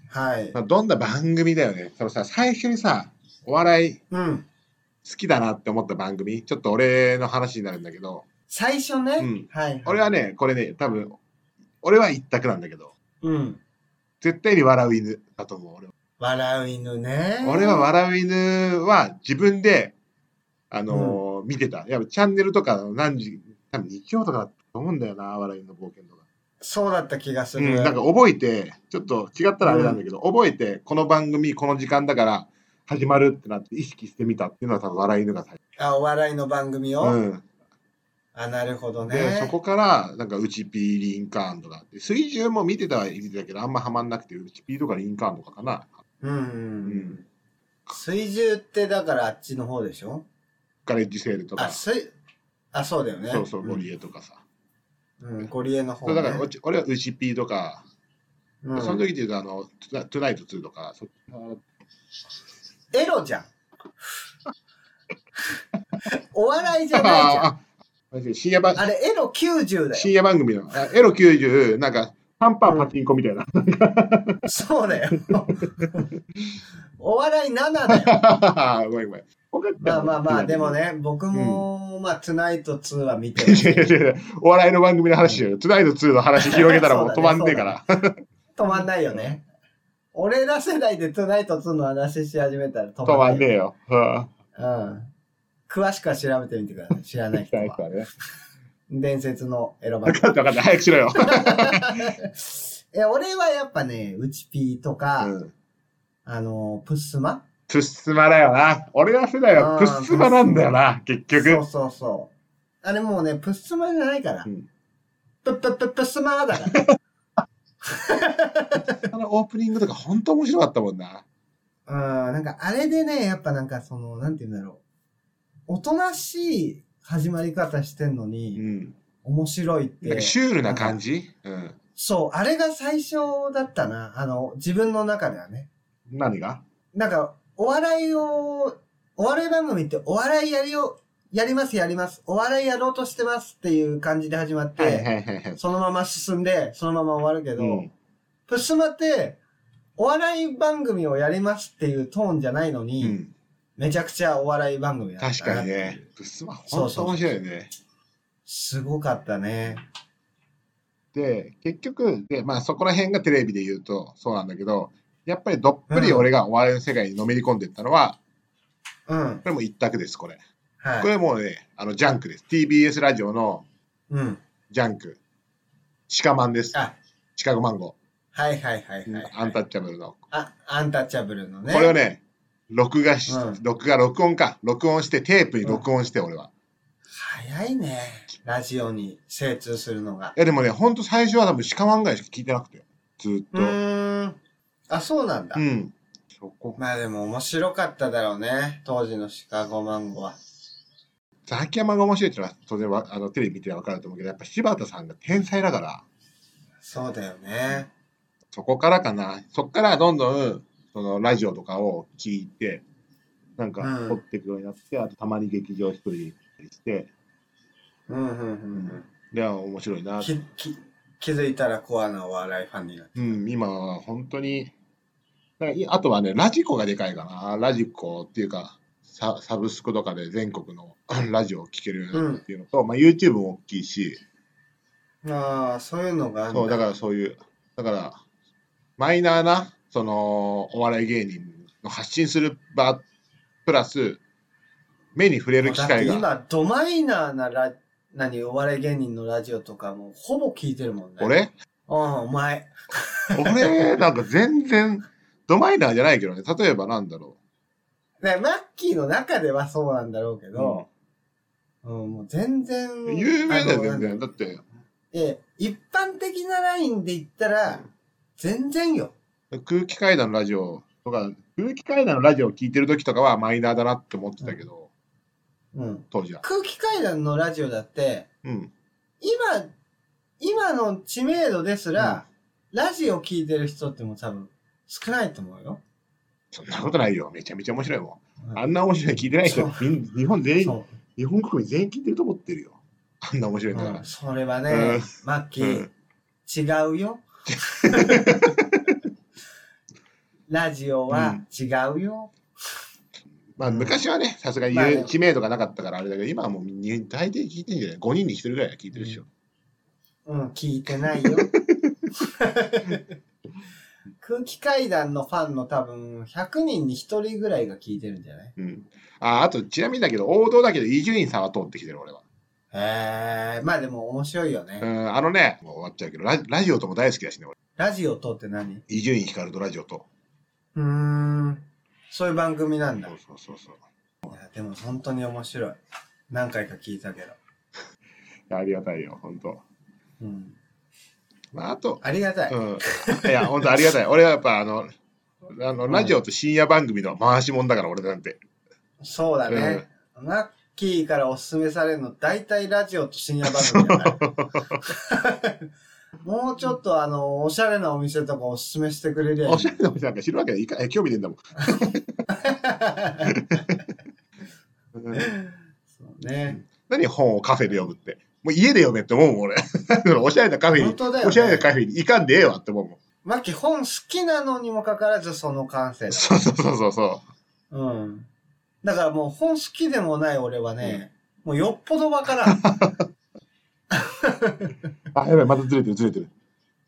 C: はい
B: ま。あ、どんな番組だよね。そのさ、最初にさ、お笑い
C: うん。
B: 好きだなって思った番組、ちょっと俺の話になるんだけど、
C: 最初ね。
B: うん
C: はい。
B: 俺はね、これね、多分、俺は一択なんだけど、
C: うん。
B: 絶対に笑う犬だと思う、俺は。
C: 笑う犬ね。
B: 俺は笑う犬は自分で、あのー見てた。やっぱチャンネルとかの何時、多分日曜とかだと思うんだよな、笑い犬の冒険とか。
C: そうだった気がす
B: う
C: る。
B: ん、なんか覚えて、ちょっと違ったらあれなんだけど、覚えて、この番組、この時間だから、始まるってなって意識してみたっていうのは多分笑い犬が最
C: あ、お笑いの番組を。
B: 初。うん。
C: あ、なるほどね。
B: で、そこから、なんか、うちピー、リンカーンとか、水中も見てたは見てたけど、あんまハマんなくて、うちピーとかリンカーンとかかな。
C: うん、
B: うん。
C: 水獣ってだからあっちの方でしょ
B: ガレッジセールと
C: あ、
B: か、
C: 水、あ、そうだよね。
B: そうそう、ゴリエとかさ。
C: うん。うん、ゴリエの方、
B: そう
C: ね。
B: だからうち、俺はうちピーとか、
C: うん
B: その時で言うと、あの、トゥナトゥナイト2とか、そ
C: エロじゃん。 お笑いじ
B: あ
C: ゃないじゃん。
B: ああ深夜番
C: あれ、エロ90だ
B: 深
C: よ。
B: 夜番組の、あエロ90、なんか、パンパンパチンコみたいな。
C: そうだよ。 お笑い7だよ。
B: ごめんごめん。他
C: まあまあまあ、でも。ね、僕も、まあ、トゥナイト2は見て
B: い
C: る
B: や。 いやいやお笑いの番組の話だよ。トゥナイト2の話広げたらもう止まんねえから。
C: 止まんないよね。俺ら世代でトゥナイト2の話し始めたら止
B: 止
C: ま
B: ま
C: ん
B: ん
C: ない。
B: ねえよ。うん。
C: うん。詳しくは調べてみてください。知らない人
B: トゥナイ
C: は
B: ト。はね。
C: 伝説のエロ番
B: 分かった分かった。早くしろよ。
C: いや、俺はやっぱね、ウチピーとか、
B: うん
C: あの、プッスマ
B: プッスマだよな。俺ら世代はプッスマなんだよな、結
C: そ
B: 局
C: う。そうそう。あれもうね、プッスマじゃないから。
B: うん
C: プップップップッスマだから。
B: あのオープニングとか本当面白かったもんな。
C: うん、なんかあれでね、やっぱなんかその、なんて言うんだろう。おとなしい始まり方してんの
B: う
C: に、
B: ん。
C: 面白いっ
B: なん
C: て
B: か。シュールな感じうん。
C: そう、あれが最初だったな。あの、自分の中ではね。
B: 何が
C: なんか、お笑いを、お笑い番組ってお笑いやりよ、やりますやります。お笑いやろうとしてますっていう感じで始まって、
B: はいはいはいはい。
C: そのまま進んで、そのまま終わるけど、
B: うん
C: プッシュマって、お笑い番組をやりますっていうトーンじゃないのに、
B: うん
C: めちゃくちゃお笑い番組だったな
B: 確かにね。プッスマ本当面白いよね。
C: すごかったね。
B: で、結局、で、まあそこら辺がテレビで言うとそうなんだけど、やっぱりどっぷり俺がお笑いの世界にのめり込んでいったのは、
C: うん。
B: これも一択です、これ。こ
C: はい。
B: れもうね、あの、ジャンクです。TBS ラジオの
C: うん。
B: ジャンク。シカマンです。
C: あ、
B: シカゴマンゴ
C: はいはいはいはい、
B: ー。アンタッチャブルの。
C: あ、アンタッチャブルのね。
B: これをね、録画し
C: うん、
B: 録画、録音か。録音して、テープに録音して、俺は。
C: 早いね。ラジオに精通するのが
B: い。や、でもね、ほんと最初は多分シカマンぐらいしか聞いてなくて。ずーっ
C: う
B: と。
C: ーん。あ、そうなんだ。
B: うん。そこ。
C: まあでも面白かっただろうね。当時のシカゴマンゴは。
B: ザキヤマが面白いっていうのは当然わあのテレビ見てわかると思うけど、やっぱ柴田さんが天才だから、
C: そうだよね。
B: そこからかな。そこからどんどん、そのラジオとかを聞いて、なんか
C: うん
B: 撮っていくようになって、あとたまに劇場一人で行ったりして、
C: うんうんうん
B: で、あ面白いな
C: うん。。き、き、気づいたらコアなお笑いファンになって。
B: うん、今は本当に、なんかいあとはね、ラジコがでかいかな。ラジコっていうか、ササブスクとかで全国の ラジオを聴けるようになったっていうのと、まあ、YouTube も大きいし、
C: ああ、そういうのがあるん
B: そう、だからそういう、だから、マイナーな、その、お笑い芸人の発信する場、プラス、目に触れる機会
C: もう
B: が、
C: だって今、ドマイナーなラ、何、お笑い芸人のラジオとかも、ほぼ聞いてるもんね。
B: 俺
C: うん、お前。
B: 俺、なんか全然、ドマイナーじゃないけどね、例えばなんだろ
C: ね、マッキーの中ではそうなんだろうけ
B: う。
C: ど、うん、もう全然。
B: 有名だよ、
C: あの
B: 全。然。だって、
C: え、一般的なラインで言ったら、全然よ。
B: 空気階段のラジオとか、空気階段のラジオを聞いてる時とかはマイナーだなって思ってたけど、
C: うん。
B: 当時は。
C: 空気階段のラジオだって、
B: うん。
C: 今、今の知名度ですら、ラジオ聞いてる人ってもう多分少ないと思うよ。
B: そんなことないよ。めちゃめちゃ面白いも。
C: うん
B: あんな面白い聞いてない人、みん日本全員
C: そう。
B: 日本国民全員聞いてると思ってるよ。あんな面白いんだから。
C: うんそれはね、
B: うん
C: マッキー、違う よ。ラジオは違うよ。
B: まあ昔はね、さすがに
C: まあね
B: 知名度がなかったからあれだけど、今はもうに大体聞いてんじゃない ?5 人に1人ぐらいは聞いてるでしょ。
C: うん、聞いてないよ。空気階段のファンの多分、100人に1人ぐらいが聞いてるんじゃない
B: うん。あ、あと、ちなみにだけど、王道だけど、伊集院さんは通ってきてる、俺は。
C: ええまあでも面白いよね。
B: うん、あのね、もう終わっちゃうけど、ララジオとも大好きだしね、俺。
C: ラジオとって何
B: 伊集院光とラジオと。
C: うーん。そういう番組なんだ。
B: そ
C: いう
B: そうそうそう。
C: やでも本当に面白い。何回か聞いたけど。
B: ありがたいよ、本当。
C: うん。
B: まあ、あと、
C: ありがたい。
B: うん。いや、本当ありがたい。俺はやっぱ、あの、あのラジオと深夜番組の回しもんだから、俺なんて。
C: そうだね。ラッキーからおすすめされるの、大体ラジオと深夜番組だから。 もうちょっとあの、おしゃれなお店とかおすすめしてくれりゃいい
B: おしゃれなお店なんか知るわけ ないかえ興味ねえんだもん。
C: そうね。
B: 何本をカフェで読むって。もう家で読めって思うもん、俺。 そのおしゃれなカフェに、
C: 本当だよね
B: おしゃれなカフェに行かんでええわって思うもん。
C: マッキー本好きなのにもかかわらずその感性だ。
B: そうそうそうそうそ
C: うん。だからもう本好きでもない俺はね、もうよっぽどわからん。
B: う。あ、やばい、またずれてる、ずれてる。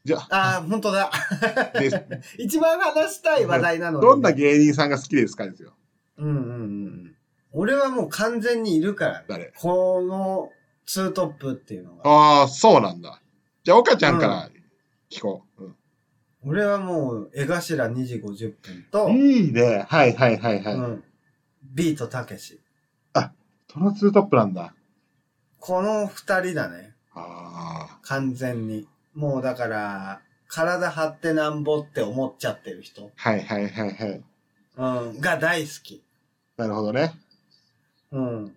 B: じゃ
C: ああ、本当だ。
B: あ、 で
C: 一番話したい話題なのに、
B: どんな芸人さんが好きですかですよ。
C: うんうんうんうん。俺はもう完全にいるから、
B: 誰
C: このツートップっていうのが。
B: ああ、そうなんだ。じゃあ、岡ちゃんから聞こう。うん
C: 俺はもう、江頭2時50分と、
B: いいね。はいはいはいうはい。
C: ん、ビートたけし。
B: トラツートップなんだ。
C: この二人だね。
B: あ
C: 完全に。もうだから、体張ってなんぼって思っちゃってる人、
B: あ。はいはいはいはい。
C: うん、が大好き。
B: なるほどね。
C: うん。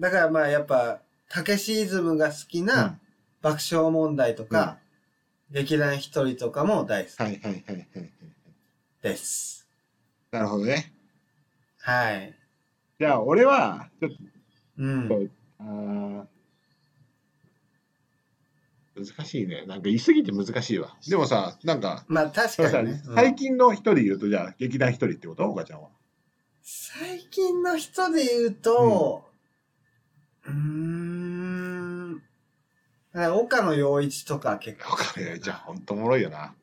C: だからまあやっぱ、たけしイズムが好き
B: うん
C: な爆笑問題とか、劇団一人とかも大好き
B: はいはいはいはい。
C: です。
B: なるほどね。
C: はい。
B: じゃあ、俺は、ちょっ
C: うん。
B: と、あー難しいね。なんか言い過ぎて難しいわ。でもさ、なんか、
C: まあ確
B: そう
C: か
B: さ
C: にね。うん
B: 最近の一人言うと、じゃあ、劇団一人ってこと岡ちゃんは。
C: 最近の人で言うと、うーん。だから岡野陽一とか結構。
B: 岡部じゃあ、ほんとおもろいよな。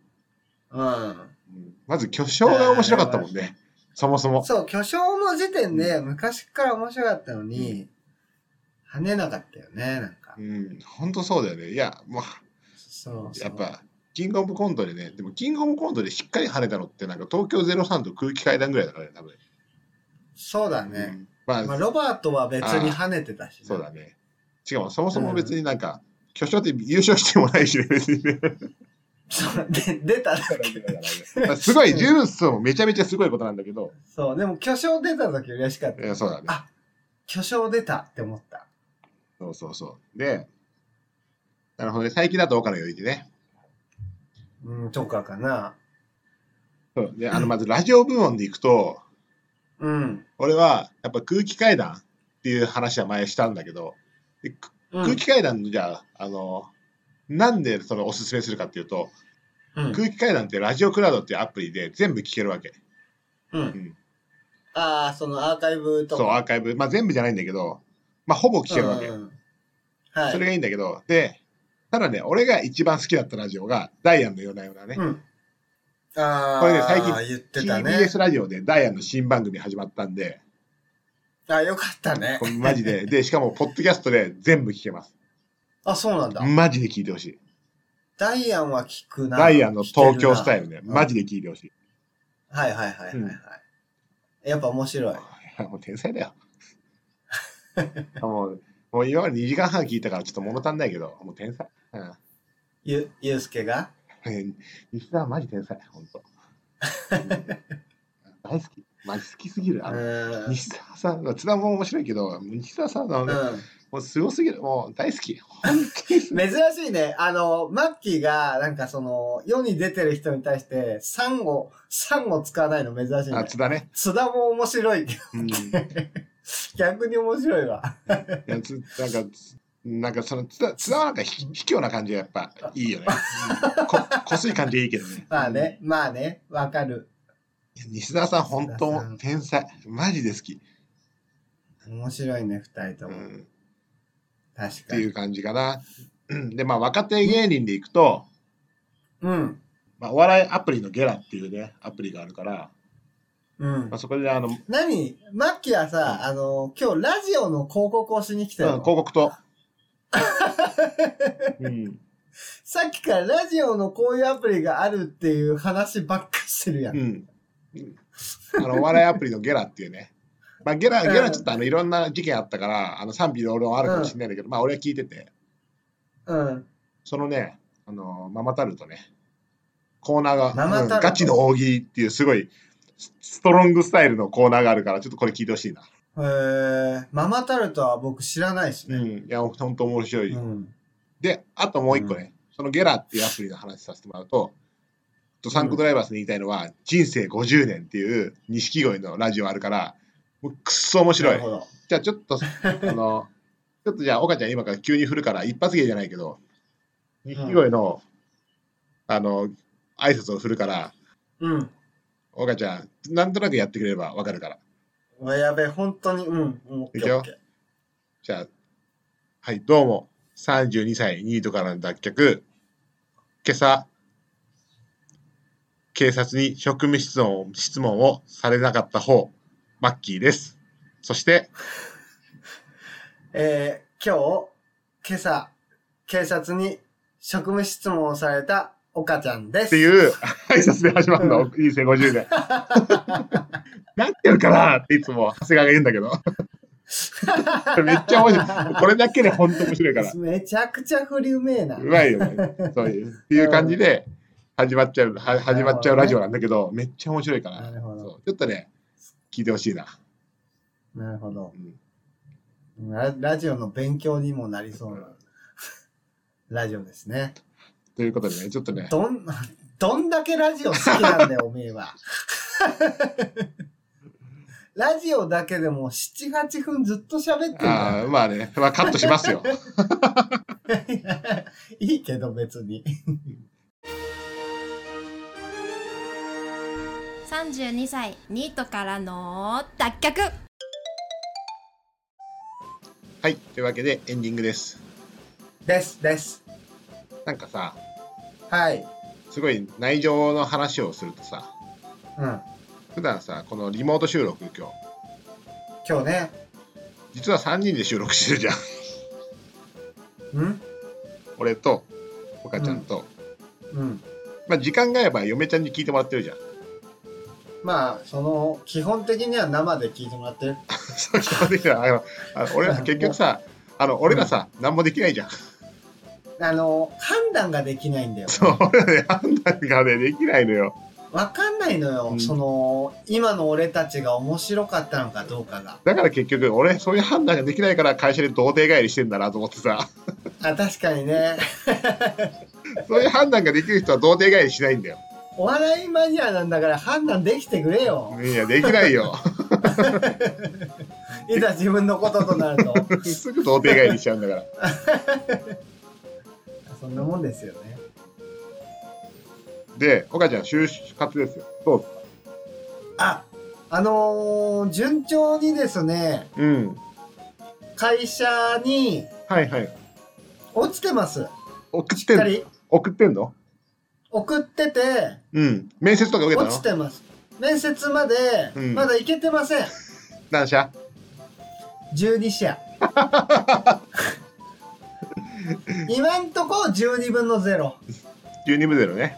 C: う
B: うんまず、巨匠が面白かったもんね。そもそも
C: ん。。そう、巨匠の時点で昔から面白かったのに、跳ねなかったよね、なんか
B: う。ん、ほんとそうだよね。いや、もう、
C: そうそう
B: やっ。ぱ、キングオブコントでね、でも、キングオブコントでしっかり跳ねたのって、なんか、東京03と空気階段ぐらいだからね、多分。
C: そうだね。
B: うんまあ、
C: まあ、ロバートは別に跳ねてたしね、
B: そうだね。しかも、そもそも別になんか、巨匠って優勝してもないしね、 別にね。
C: そう。で、出ただけ。
B: まあすごい、十分そう、めちゃめちゃすごいことなんだけど、
C: そう、でも巨匠出た時嬉しかった。
B: えーそうだね
C: あ。巨匠出たって思った。
B: そうそうそう。で、なるほどね、最近だと岡野陽一ね。
C: うん、とかかな。
B: そうで、あの、まずラジオ部門でいくと、
C: うん。
B: 俺は、やっぱ空気階段っていう話は前したんだけど、でく
C: うん
B: 空気階段のじゃあ、あの、なんでそのおすすめするかっていうと、
C: うん
B: 空気階段ってラジオクラウドっていうアプリで全部聞けるわけ。
C: うん。ああ、そのアーカイブとか。
B: そう、アーカイブ。まあ全部じゃないんだけど、まあほぼ聞けるわけ。
C: うんうんはい。
B: それがいいんだけど、で、ただね、俺が一番好きだったラジオが、ダイアンの夜な夜なね。
C: うん。ああ、
B: これね最近
C: 言ってたね。
B: TBS ラジオでダイアンの新番組始まったん で、
C: あよかったね
B: こ。れマジで、で、しかも、ポッドキャストで全部聞けます。
C: あ、そうなんだ。
B: マジで聞いてほしい。
C: ダイアンは聞くな。
B: ダイアンの東京スタイ
C: ル。
B: ルね、マジで聞いてほしい。
C: はいはいはいはい、
B: う
C: は
B: ん
C: い。やっぱ面白い。
B: いやもう天才だよ。もう、もう今まで2時間半聞いたからちょっと物足んないけど、もう天才。うん
C: ゆ、ゆうすけが
B: え西田はマジ天才、本当。うん大好き。マジ好きすぎる。
C: う
B: あの
C: ん。
B: 西田さん、津田も面白いけど、西田さんの、
C: う
B: ね
C: ん。
B: もうすごすぎる。もう大好き。本当にすごい
C: 珍しいね。あの、マッキーが、なんかその、世に出てる人に対して、サンゴ、サンゴ使わないの珍しい
B: あ、
C: ね。
B: 津田ね。
C: 津田も面白い。
B: うん、い
C: 逆に面白いわ。
B: やつなんか、つなんかその津田津田はなんかひ卑怯な感じがやっぱいいよね。うんここすい感じがいいけどね。
C: まあね、まあね、わかる。
B: いや。西田さん、本
C: 西
B: 当
C: 田さん
B: 天才。マジで好き。
C: 面白いね、二人
B: う
C: とも。
B: ん
C: 確
B: っ
C: か
B: てい
C: に。
B: う感じかな。うんで、まあ、若手芸人でいくと、
C: うん。
B: まあ、お笑いアプリのゲラっていうね、アプリがあるから、
C: うん
B: まあ、。そこであの、うん
C: 何マッキーはさ、あの、今日ラジオの広告をしに来たよ。
B: 広告 と、うん
C: さっきからラジオのこういうアプリがあるっていう話ばっかしてるやん。
B: うん、あのお笑いアプリのゲラっていうね、まあ、ゲラ
C: うん
B: ゲラちょっとあのいろんな事件あったからあの賛否両論あるかもしれないんだけど、まあ俺は聞いてて
C: うん。
B: そのねあのママタルトねコーナーが
C: ママタルト
B: うんガチの扇っていうすごいスストロングスタイルのコーナーがあるからちょっとこれ聞いてほしいな、
C: えー、ママタルトは僕知らないし
B: うん
C: ね。、
B: いや本当面白い、
C: うん。
B: であともう一個ね、そのゲラっていうアプリの話させてもらうとドサンクドライバーズに言いたいのは、人生50年っていう錦鯉のラジオあるから、もうくっそ面白
C: ないる。ほど。
B: じゃあちょっと、あ の、ちょっとじゃあ、岡ちゃん今から急に振るから、一発芸じゃないけど、錦鯉の、あの、挨拶を振るから、
C: うん。
B: 岡ちゃん、なんとなくやってくれればわかるから。
C: うわやべえ、本当に、うん。うん
B: いくよ。じゃあ、はい、どうも。32歳、ニートからの脱却。今朝、警察に職務質問質問をされなかった方、マッキーです。そして、
C: えー、今日、今朝、警察に職務質問をされた岡ちゃんです。。
B: っていうう挨拶で始まるの、人生50年。なってるかなっていつも長谷川が言うんだけど。めっちゃ面白い。これだけで本当面白いか ら。
C: めちゃくちゃ振りうめえな。
B: うまいよね。そういう。っていう感じで始まっちゃう、は始まっちゃうラジオなんだけど、めっちゃ面白いから。
C: なるほど
B: そうちょっとね、聞いてほしいな。
C: なるほど
B: うん。
C: ララジオの勉強にもなりそう な、ラジオですね。
B: ということでね、ちょっとね、
C: どん、どんだけラジオ好きなん だよ、おめえは。 ラジオだけでも7、8分ずっと喋ってんだ
B: あ
C: よ。
B: ーまあね、まあカットしますよ。
C: いいけど別に。
E: 32歳ニートからの脱却
B: はい。というわけでエンディングです。
C: です、です。
B: なんかさ、
C: はい。
B: すごい内情の話をするとさ、
C: うん。
B: 普段さ、このリモート収録今日、
C: 今日ね。
B: 実は3人で収録してるじゃん。
C: う ん
B: 俺と、岡ちゃんと、
C: うん。
B: まあ時間があれば嫁ちゃんに聞いてもらってるじゃん。
C: まあ、その、基本的には生で聞いてもらってる。
B: そう基本的にはあのあの俺ら結局さあの俺らさ、何もできないじゃん。
C: あの、判断ができないんだよ。
B: そう俺らね判断がねできないのよ。
C: わかんないのよ、
B: うん
C: その今の俺たちが面白かったのかどうかが
B: だから結局俺そういう判断ができないから会社で童貞帰りしてんだなと思ってさ
C: あ確かにね
B: そういう判断ができる人は童貞帰りしないんだよ。
C: お笑いマニアなんだから判断できてくれよ
B: いやできないよ
C: いざ自分のこととなる と
B: すぐ童貞帰りしちゃうんだから。
C: そんなもんですよね
B: で岡ちゃん就活ですよ。どうですか
C: ああのー順調にですね
B: うん
C: 会社に
B: はいはい。
C: 落ちてます
B: 送っ
C: してっか
B: んの
C: り
B: 送ってんの
C: 送ってて
B: うん。面接とか受けた
C: 落
B: の
C: ちてます面接まで、
B: うん
C: まだ行けてません
B: 何社
C: 12社今んとこ12分の0
B: ?12 分ゼロね。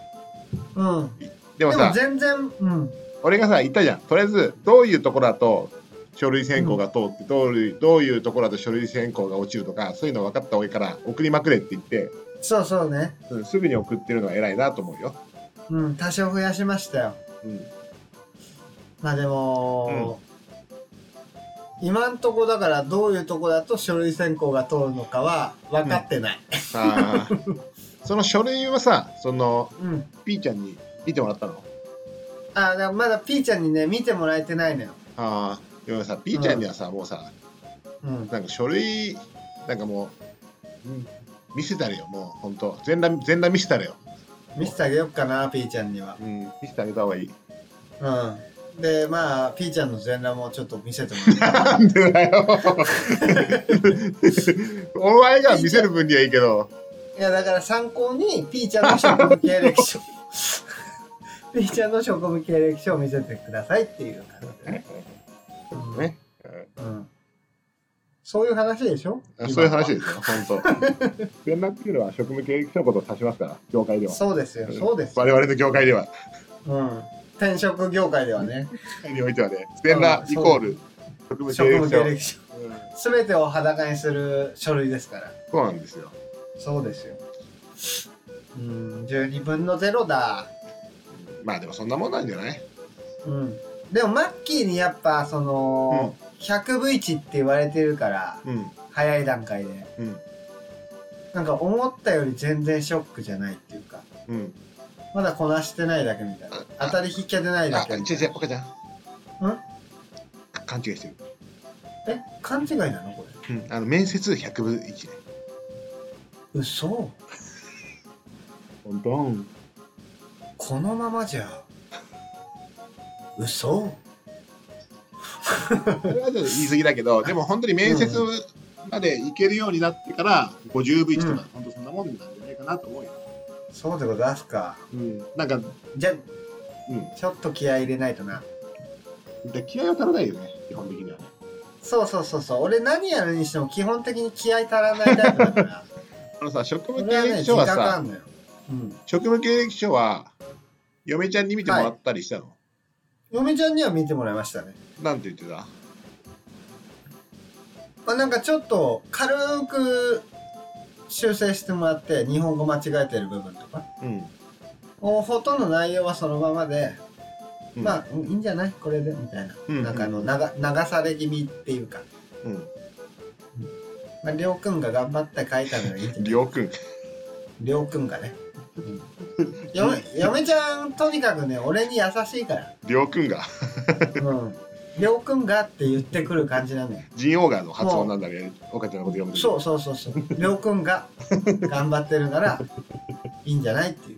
C: うん
B: でも
C: で
B: さ
C: も全然、うん、
B: 俺がさ言ったじゃんとりあえずどういうところだと書類選考が通って、どういうどういうところだと書類選考が落ちるとかそういうの分かった方がいいから送りまくれって言って、
C: そうそうね。
B: うんすぐに送ってるのは偉いなと思うよ、
C: うん、多少増やしましたよ。
B: うん、
C: まあでも、今んとこだからどういうとこだと書類選考が通るのかは分かってない。
B: さあ その書類はさその
C: うん。
B: ピーちゃんに見てもらったの
C: あ、だからまだ P ちゃんにね、見てもらえてないのよ。
B: ああでもさピーちゃんにはさ、もうさ
C: うん。
B: なんか書類なんかもう、うん見せたれよもう本当全裸全裸見せたれよ、
C: 見せてあげよっかな、P ちゃんには。
B: うん、見せてあげた方がいい
C: うん。で、まあ、P ちゃんの全裸もちょっと見せてもらって。
B: なんでだよお前が見せる分にはいいけど
C: いや、だから参考に P ちゃんの職務経歴書。ピーちゃんの職務経歴書を見せてくださいっていう感じでね。うん
B: ね。
C: うん。そういう話でしょ
B: そういう話ですよ、本当。連絡っていうのは職務経歴書のことを指しますから、業界では。
C: そうですよ、そうですよ。
B: 我々の業界では、
C: うん。転職業界ではね、
B: においてはね、連絡イコール職務
C: 職
B: 経
C: 務
B: 歴書
C: 経。歴書、
B: うん
C: すべてを裸にする書類ですから。
B: そうなんですよ。
C: そうですよ。うん、12分の0だ。
B: まあでもそんなもんなんじゃない
C: うん。でも、マッキーにやっぱ、その、100分1って言われてるから、
B: うん。
C: 早い段階で。
B: うん。
C: なんか思ったより全然ショックじゃないっていうか、
B: うん。
C: まだこなしてないだけみたいな。当たり引けてないだ
B: あ、
C: けみ
B: 違
C: た
B: う
C: いな
B: 違う、岡ちゃん。
C: うん
B: 勘違いしてる。
C: え勘違いなのこれ。
B: うん。あの、面接100分1ね。
C: 嘘
B: 本当
C: このままじゃ。嘘
B: それはちょっと言い過ぎだけど、でも本当に面接まで行けるようになってから、50分1とか、本当そんなもんなんじゃないかなと思うよ。
C: そうでございますか。
B: うん。なんか、
C: じゃ、
B: うん。
C: ちょっと気合い入れないとな。
B: で気合は足らないよね、基本的にはね。
C: そうそうそうそう。俺何やるにしても基本的に気合い足らないタイプだから。
B: あのさ、職務
C: 俺は
B: 経
C: ね、
B: 歴
C: 時
B: 書は
C: 間
B: さ、
C: かかんのよ。うん。
B: 職務経歴書は、嫁ちゃんに見てもらったりしたの、
C: 嫁ちゃんには見てもらいましたね。
B: なんて言ってた
C: まあ、なんかちょっと軽く修正してもらって日本語間違えてる部分とか
B: うん。
C: もうほとんど内容はそのままで、
B: うん
C: まあうんいいんじゃないこれでみたいな、
B: うん
C: なんかあの流流され気味っていうか、
B: う
C: まあ、りょうくんが頑張って書いたのがいいんじゃな
B: ん。り
C: い
B: ょうくん。
C: りょうくんがね、うん、嫁嫁ちゃんとにかくね俺に優しいから、
B: りょうくんが、
C: うん、りょうくんがって言ってくる感じなのよ
B: ジンオーガーの発音なんだけど、岡ちゃんのこと読むとき
C: そうそうそうそう。りょうくんが頑張ってるならいいんじゃないっていう。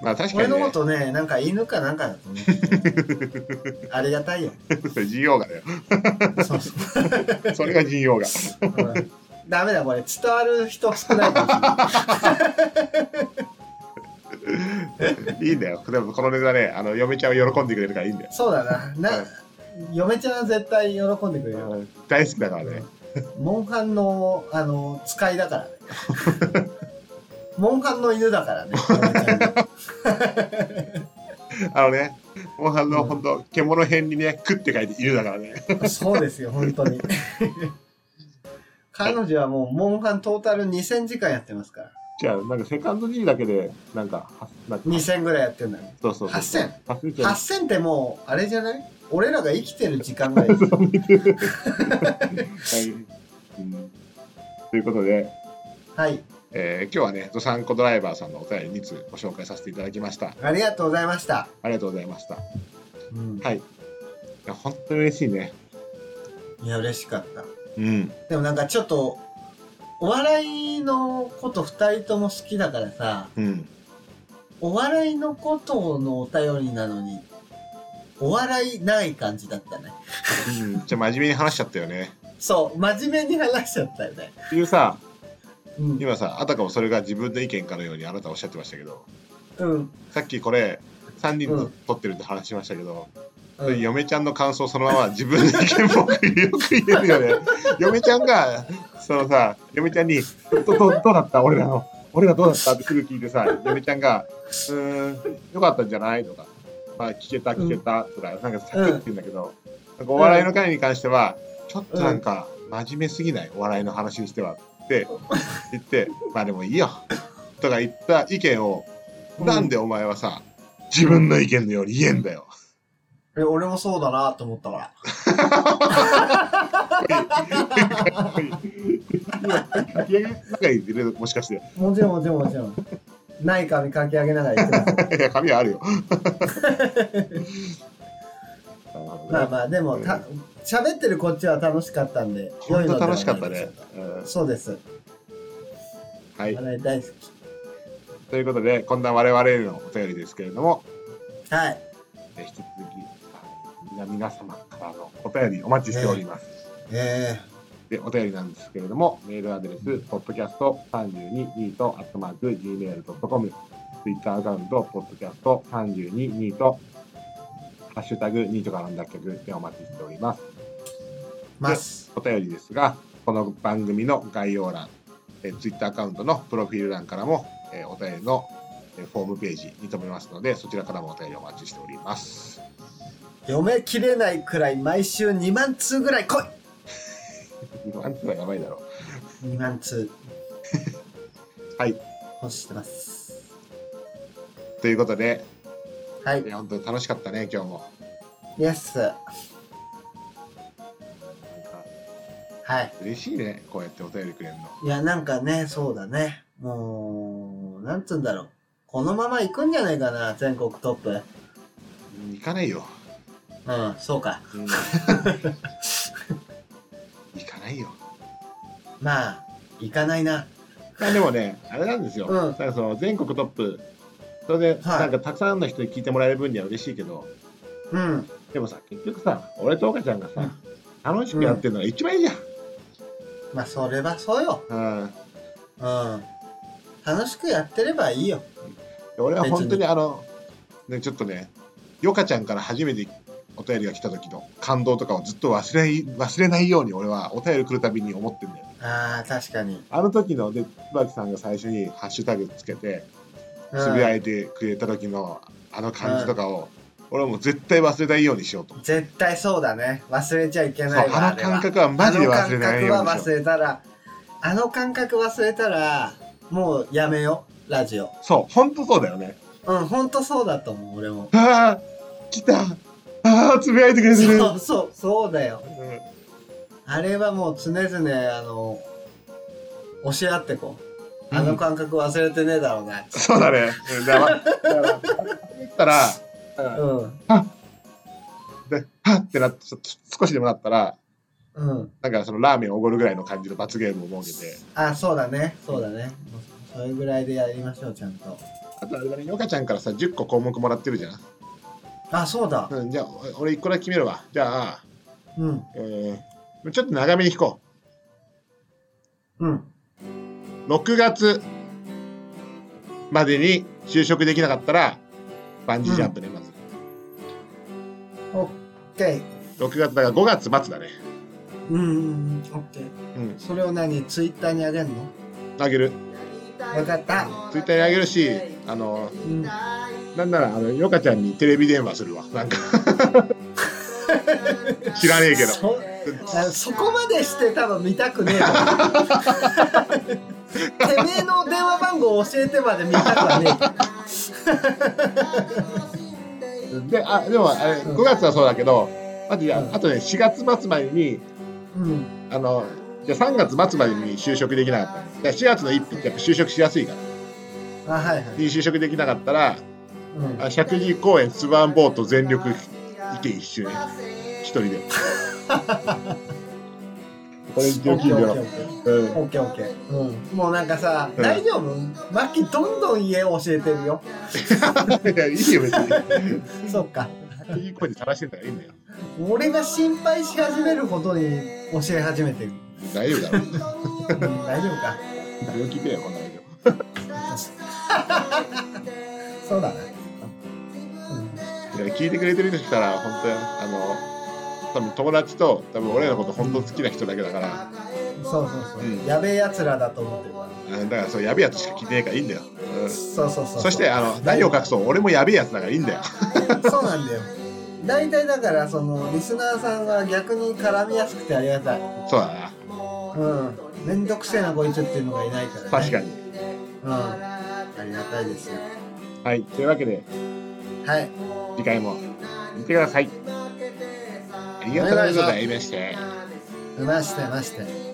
B: まあ確
C: 俺
B: かに、
C: の
B: ね
C: こ、とね、なんか犬かなんかだと思って たありがたいよ。
B: それジンオーガーだよ。
C: そうそう。
B: それがジンオーガ
C: う
B: ー。
C: ん ダメだこれ伝わる人少ないかもしれ ない
B: いいんだよ。でもこのネタね、あの嫁ちゃんを喜んでくれるからいいんだよ。
C: そうだな。な
B: はい
C: 嫁ちゃんは絶対喜んでくれるよ。
B: 大好きだからね。
C: モンハンのあの使いだからね。 モンハンの犬だからね。嫁ちゃんが
B: あのね、後半の本当、獣編にね、くって書いて犬だからね。
C: そうですよ、本当に。彼女はもう、モンハントータル2000時間やってますから。
B: じゃあ、なんかセカンド G だけで、なんか、はなんか
C: 2000ぐらいやってんだよ。
B: そうそうそう。
C: 8000。
B: 8000じゃん
C: 8000ってもう、あれじゃない俺らが生きてる時間ぐらいですよ。
B: はいうんということで、
C: はい。
B: えー今日はね、ドサンコドライバーさんのお便り2通ご紹介させていただきました。
C: ありがとうございました。
B: ありがとうございました。い
C: うん
B: や、本当に嬉しいね。
C: いや、嬉しかった。
B: うん。
C: でもなんかちょっと、お笑いのこと2人とも好きだからさ、
B: うん。
C: お笑いのことのお便りなのに、お笑いない感じだったね。
B: じゃあ、真面目に話しちゃったよね。
C: そう、真面目に話しちゃったよね。
B: っていうさ、
C: うん。
B: 今さ、あたかもそれが自分の意見かのようにあなたおっしゃってましたけど、
C: うん。
B: さっきこれ、3人
C: う
B: と
C: ん
B: 撮ってるって話しましたけど、
C: うん
B: 嫁ちゃんの感想そのまま自分の意見っぽくよく言えるよね。 嫁ちゃんが、そのさ、嫁ちゃんに、どどどうだった俺らの、俺らどうだったってすぐ聞いてさ、嫁ちゃんが、うーん、よかったんじゃないとか、まあ、聞けた、聞けた、とか、なんかサクッて言うんだけど、なんかお笑いの会に関しては、ちょっとなんか、真面目すぎない、お笑いの話にしては、って言って、まあでもいいよ、とか言った意見を、
C: うん
B: なんでお前はさ、自分の意見のように言えんだよ。
C: え俺もそうだなと思ったから。
B: かき揚げの中に入れるもしかして。
C: もちろんもちろんもちろん。ない髪かき上げながら言 ってます。
B: いや、紙はあるよ。
C: まあまあ、でもた、喋ってるこっちは楽しかったんで、
B: 本当楽しかった
C: 良い
B: ね
C: のではないでしょう。
B: うん
C: かそうです。
B: はい。
C: 笑い大好
B: ということで、こんな我々へのお便りですけれども、
C: き。はい。
B: え引き続き、あ皆様からのお便りお待ちしております。
C: え
B: で、お便りなんですけれども、メールアドレス、podcast32 ニート gmail.com、ツイッターアカウント、ポッドキャスト32ニート、ハッシュタグニートからの脱却でお待ちしております。
C: ます。
B: お便りですが、この番組の概要欄、えツイッター Twitter アカウントのプロフィール欄からも、えーお便りの、えーフォームページに留めますので、そちらからもお便りお待ちしております。
C: 読めきれないくらい毎週2万通ぐらい来い
B: あんたはやばいだろ
C: !2 万 通。
B: はい。
C: 欲してます。
B: う。ということで、
C: はい
B: い。や本当に楽しかったね、今日も。
C: イエス。は
B: なんか
C: い。
B: 嬉しいね、こうやってお便りくれるの。
C: いや、なんかね、そうだね。もう、なんつうんだろう。このまま行くんじゃないかな、全国トップ。
B: うん行かないよ。
C: うん、そうか。
B: うん行かないよ。
C: まあ、行かないな。
B: まあでもね、あれなんですよ。
C: うん
B: なんかその全国トップ、それで、
C: はい
B: なんかたくさんの人に聞いてもらえる分には嬉しいけど、
C: うん。
B: でもさ、結局さ、俺と岡ちゃんがさ、楽しくやってるのが一番いいじ
C: まあ、それはそうよ。
B: ゃん。うん。
C: うん。楽しくやってればいいよ。
B: 俺は本当
C: 別
B: にあの、ね、ちょっとね、ヨカちゃんから初めてお便りが来た時の感動とかをずっと忘れい忘れないように俺はお便り来るたびに思ってんだよ。
C: ああ、確かに。
B: あの時の、で、椿さんが最初にハッシュタグつけて、
C: うん
B: つぶやいてくれた時のあの感じとかを、俺はもう絶対忘れないようにしようと思
C: 絶対そうだね。忘れちゃいけ
B: う。
C: ない
B: そうあ
C: わ。
B: の
C: れは
B: 感覚はマジで忘れないよ
C: あ
B: う
C: の感覚
B: に
C: は忘
B: しよう。
C: れたら、あの感覚忘れたら、もうやめよう、ラジオ。
B: そう、本当そうだよね。
C: うん、ほんとそうだと思う、俺も。
B: ああ、来た。ああ、つぶやいてくれてる。
C: そうそう、そうだよ。
B: うん
C: あれはもう常々、あの、教え合ってこう。
B: うん
C: あの感覚忘れてねえだろうな。
B: そうだね。うんだから、だから、だから
C: うん。
B: で、はっってなって、ちょっと少しでもなったら、
C: うん。
B: なんかそのラーメンおごるぐらいの感じの罰ゲームを設けて、
C: あ、そうだね。そうだね。それぐらいでやりましょう、ちゃんと。
B: あとあれだね、ヨカちゃんからさ、10個項目もらってるじゃん。
C: あ、そうだ。
B: うん、じゃあ、お俺1個だけ決めるわ。じゃあ、
C: うん。
B: えー、ちょっと長めに引こ
C: うん。
B: う。6月までに就職できなかったら、バンジージャンプね、まず。
C: オッケ
B: 6月だから5月末だね。
C: ー。うんうん、うんオッケー。
B: うん、
C: それを何、ツイッターにあげんの
B: あげる。
C: わかった。
B: ツイッターにあげるし、あの、
C: うん。
B: なんなら、あの、ヨカちゃんにテレビ電話するわ。 なんか、知らねえけど。
C: そあのそこまでして多分見たくねえわ てめえの電話番号教えてまで見たくはね
B: で、あ、でも、あれ、
C: うん
B: 5月はそうだけど、あと、いや
C: うん
B: あとね、4月末までに、
C: え、うん、
B: あの、じゃあ3月末までに就職できなかった。じゃあ4月の一日ってやっぱ就職しやすいから。
C: あはいはい、
B: に就職できなかったら、
C: うん、
B: あ石神井公園スワンボート全力意見一周ね。一人で。これ上級料。うん。
C: オッケーオッケー、うん、もうなんかさ、
B: うん
C: 大丈夫マッキーどんどん家教えてるよ
B: いや、いいよ、別に。
C: そっか
B: いい声で晒してんだからいいんだよ。
C: 俺が心配し始めるほどに教え始めてる、
B: 大丈夫だろう。
C: うん、大丈夫 か
B: 病気だよ、こんなの。
C: そうだな、
B: いや聞いてくれてる人来たら本当にあの多分友達と多分俺らのこと本当好きな人だけだから、
C: うん、そうそうそう、
B: うん
C: やべえやつらだと思ってるか
B: うんだからそうやべえやつしか聞いてねえからいいんだよ、う
C: ら
B: ん
C: そうそうそう
B: そしてあの何を隠そう俺もやべえやつだからいいんだよ
C: そうなんだよ。大体だからそのリスナーさんが逆に絡みやすくてありがたい。
B: そうだな
C: うん。めんどくせえなこいつっていうのがいないから、ね。
B: 確か
C: に。
B: に
C: うん。ありがたいですよ。
B: はいというわけで
C: はい。
B: 次回も見てくださいありがとうございました
C: うましてまして。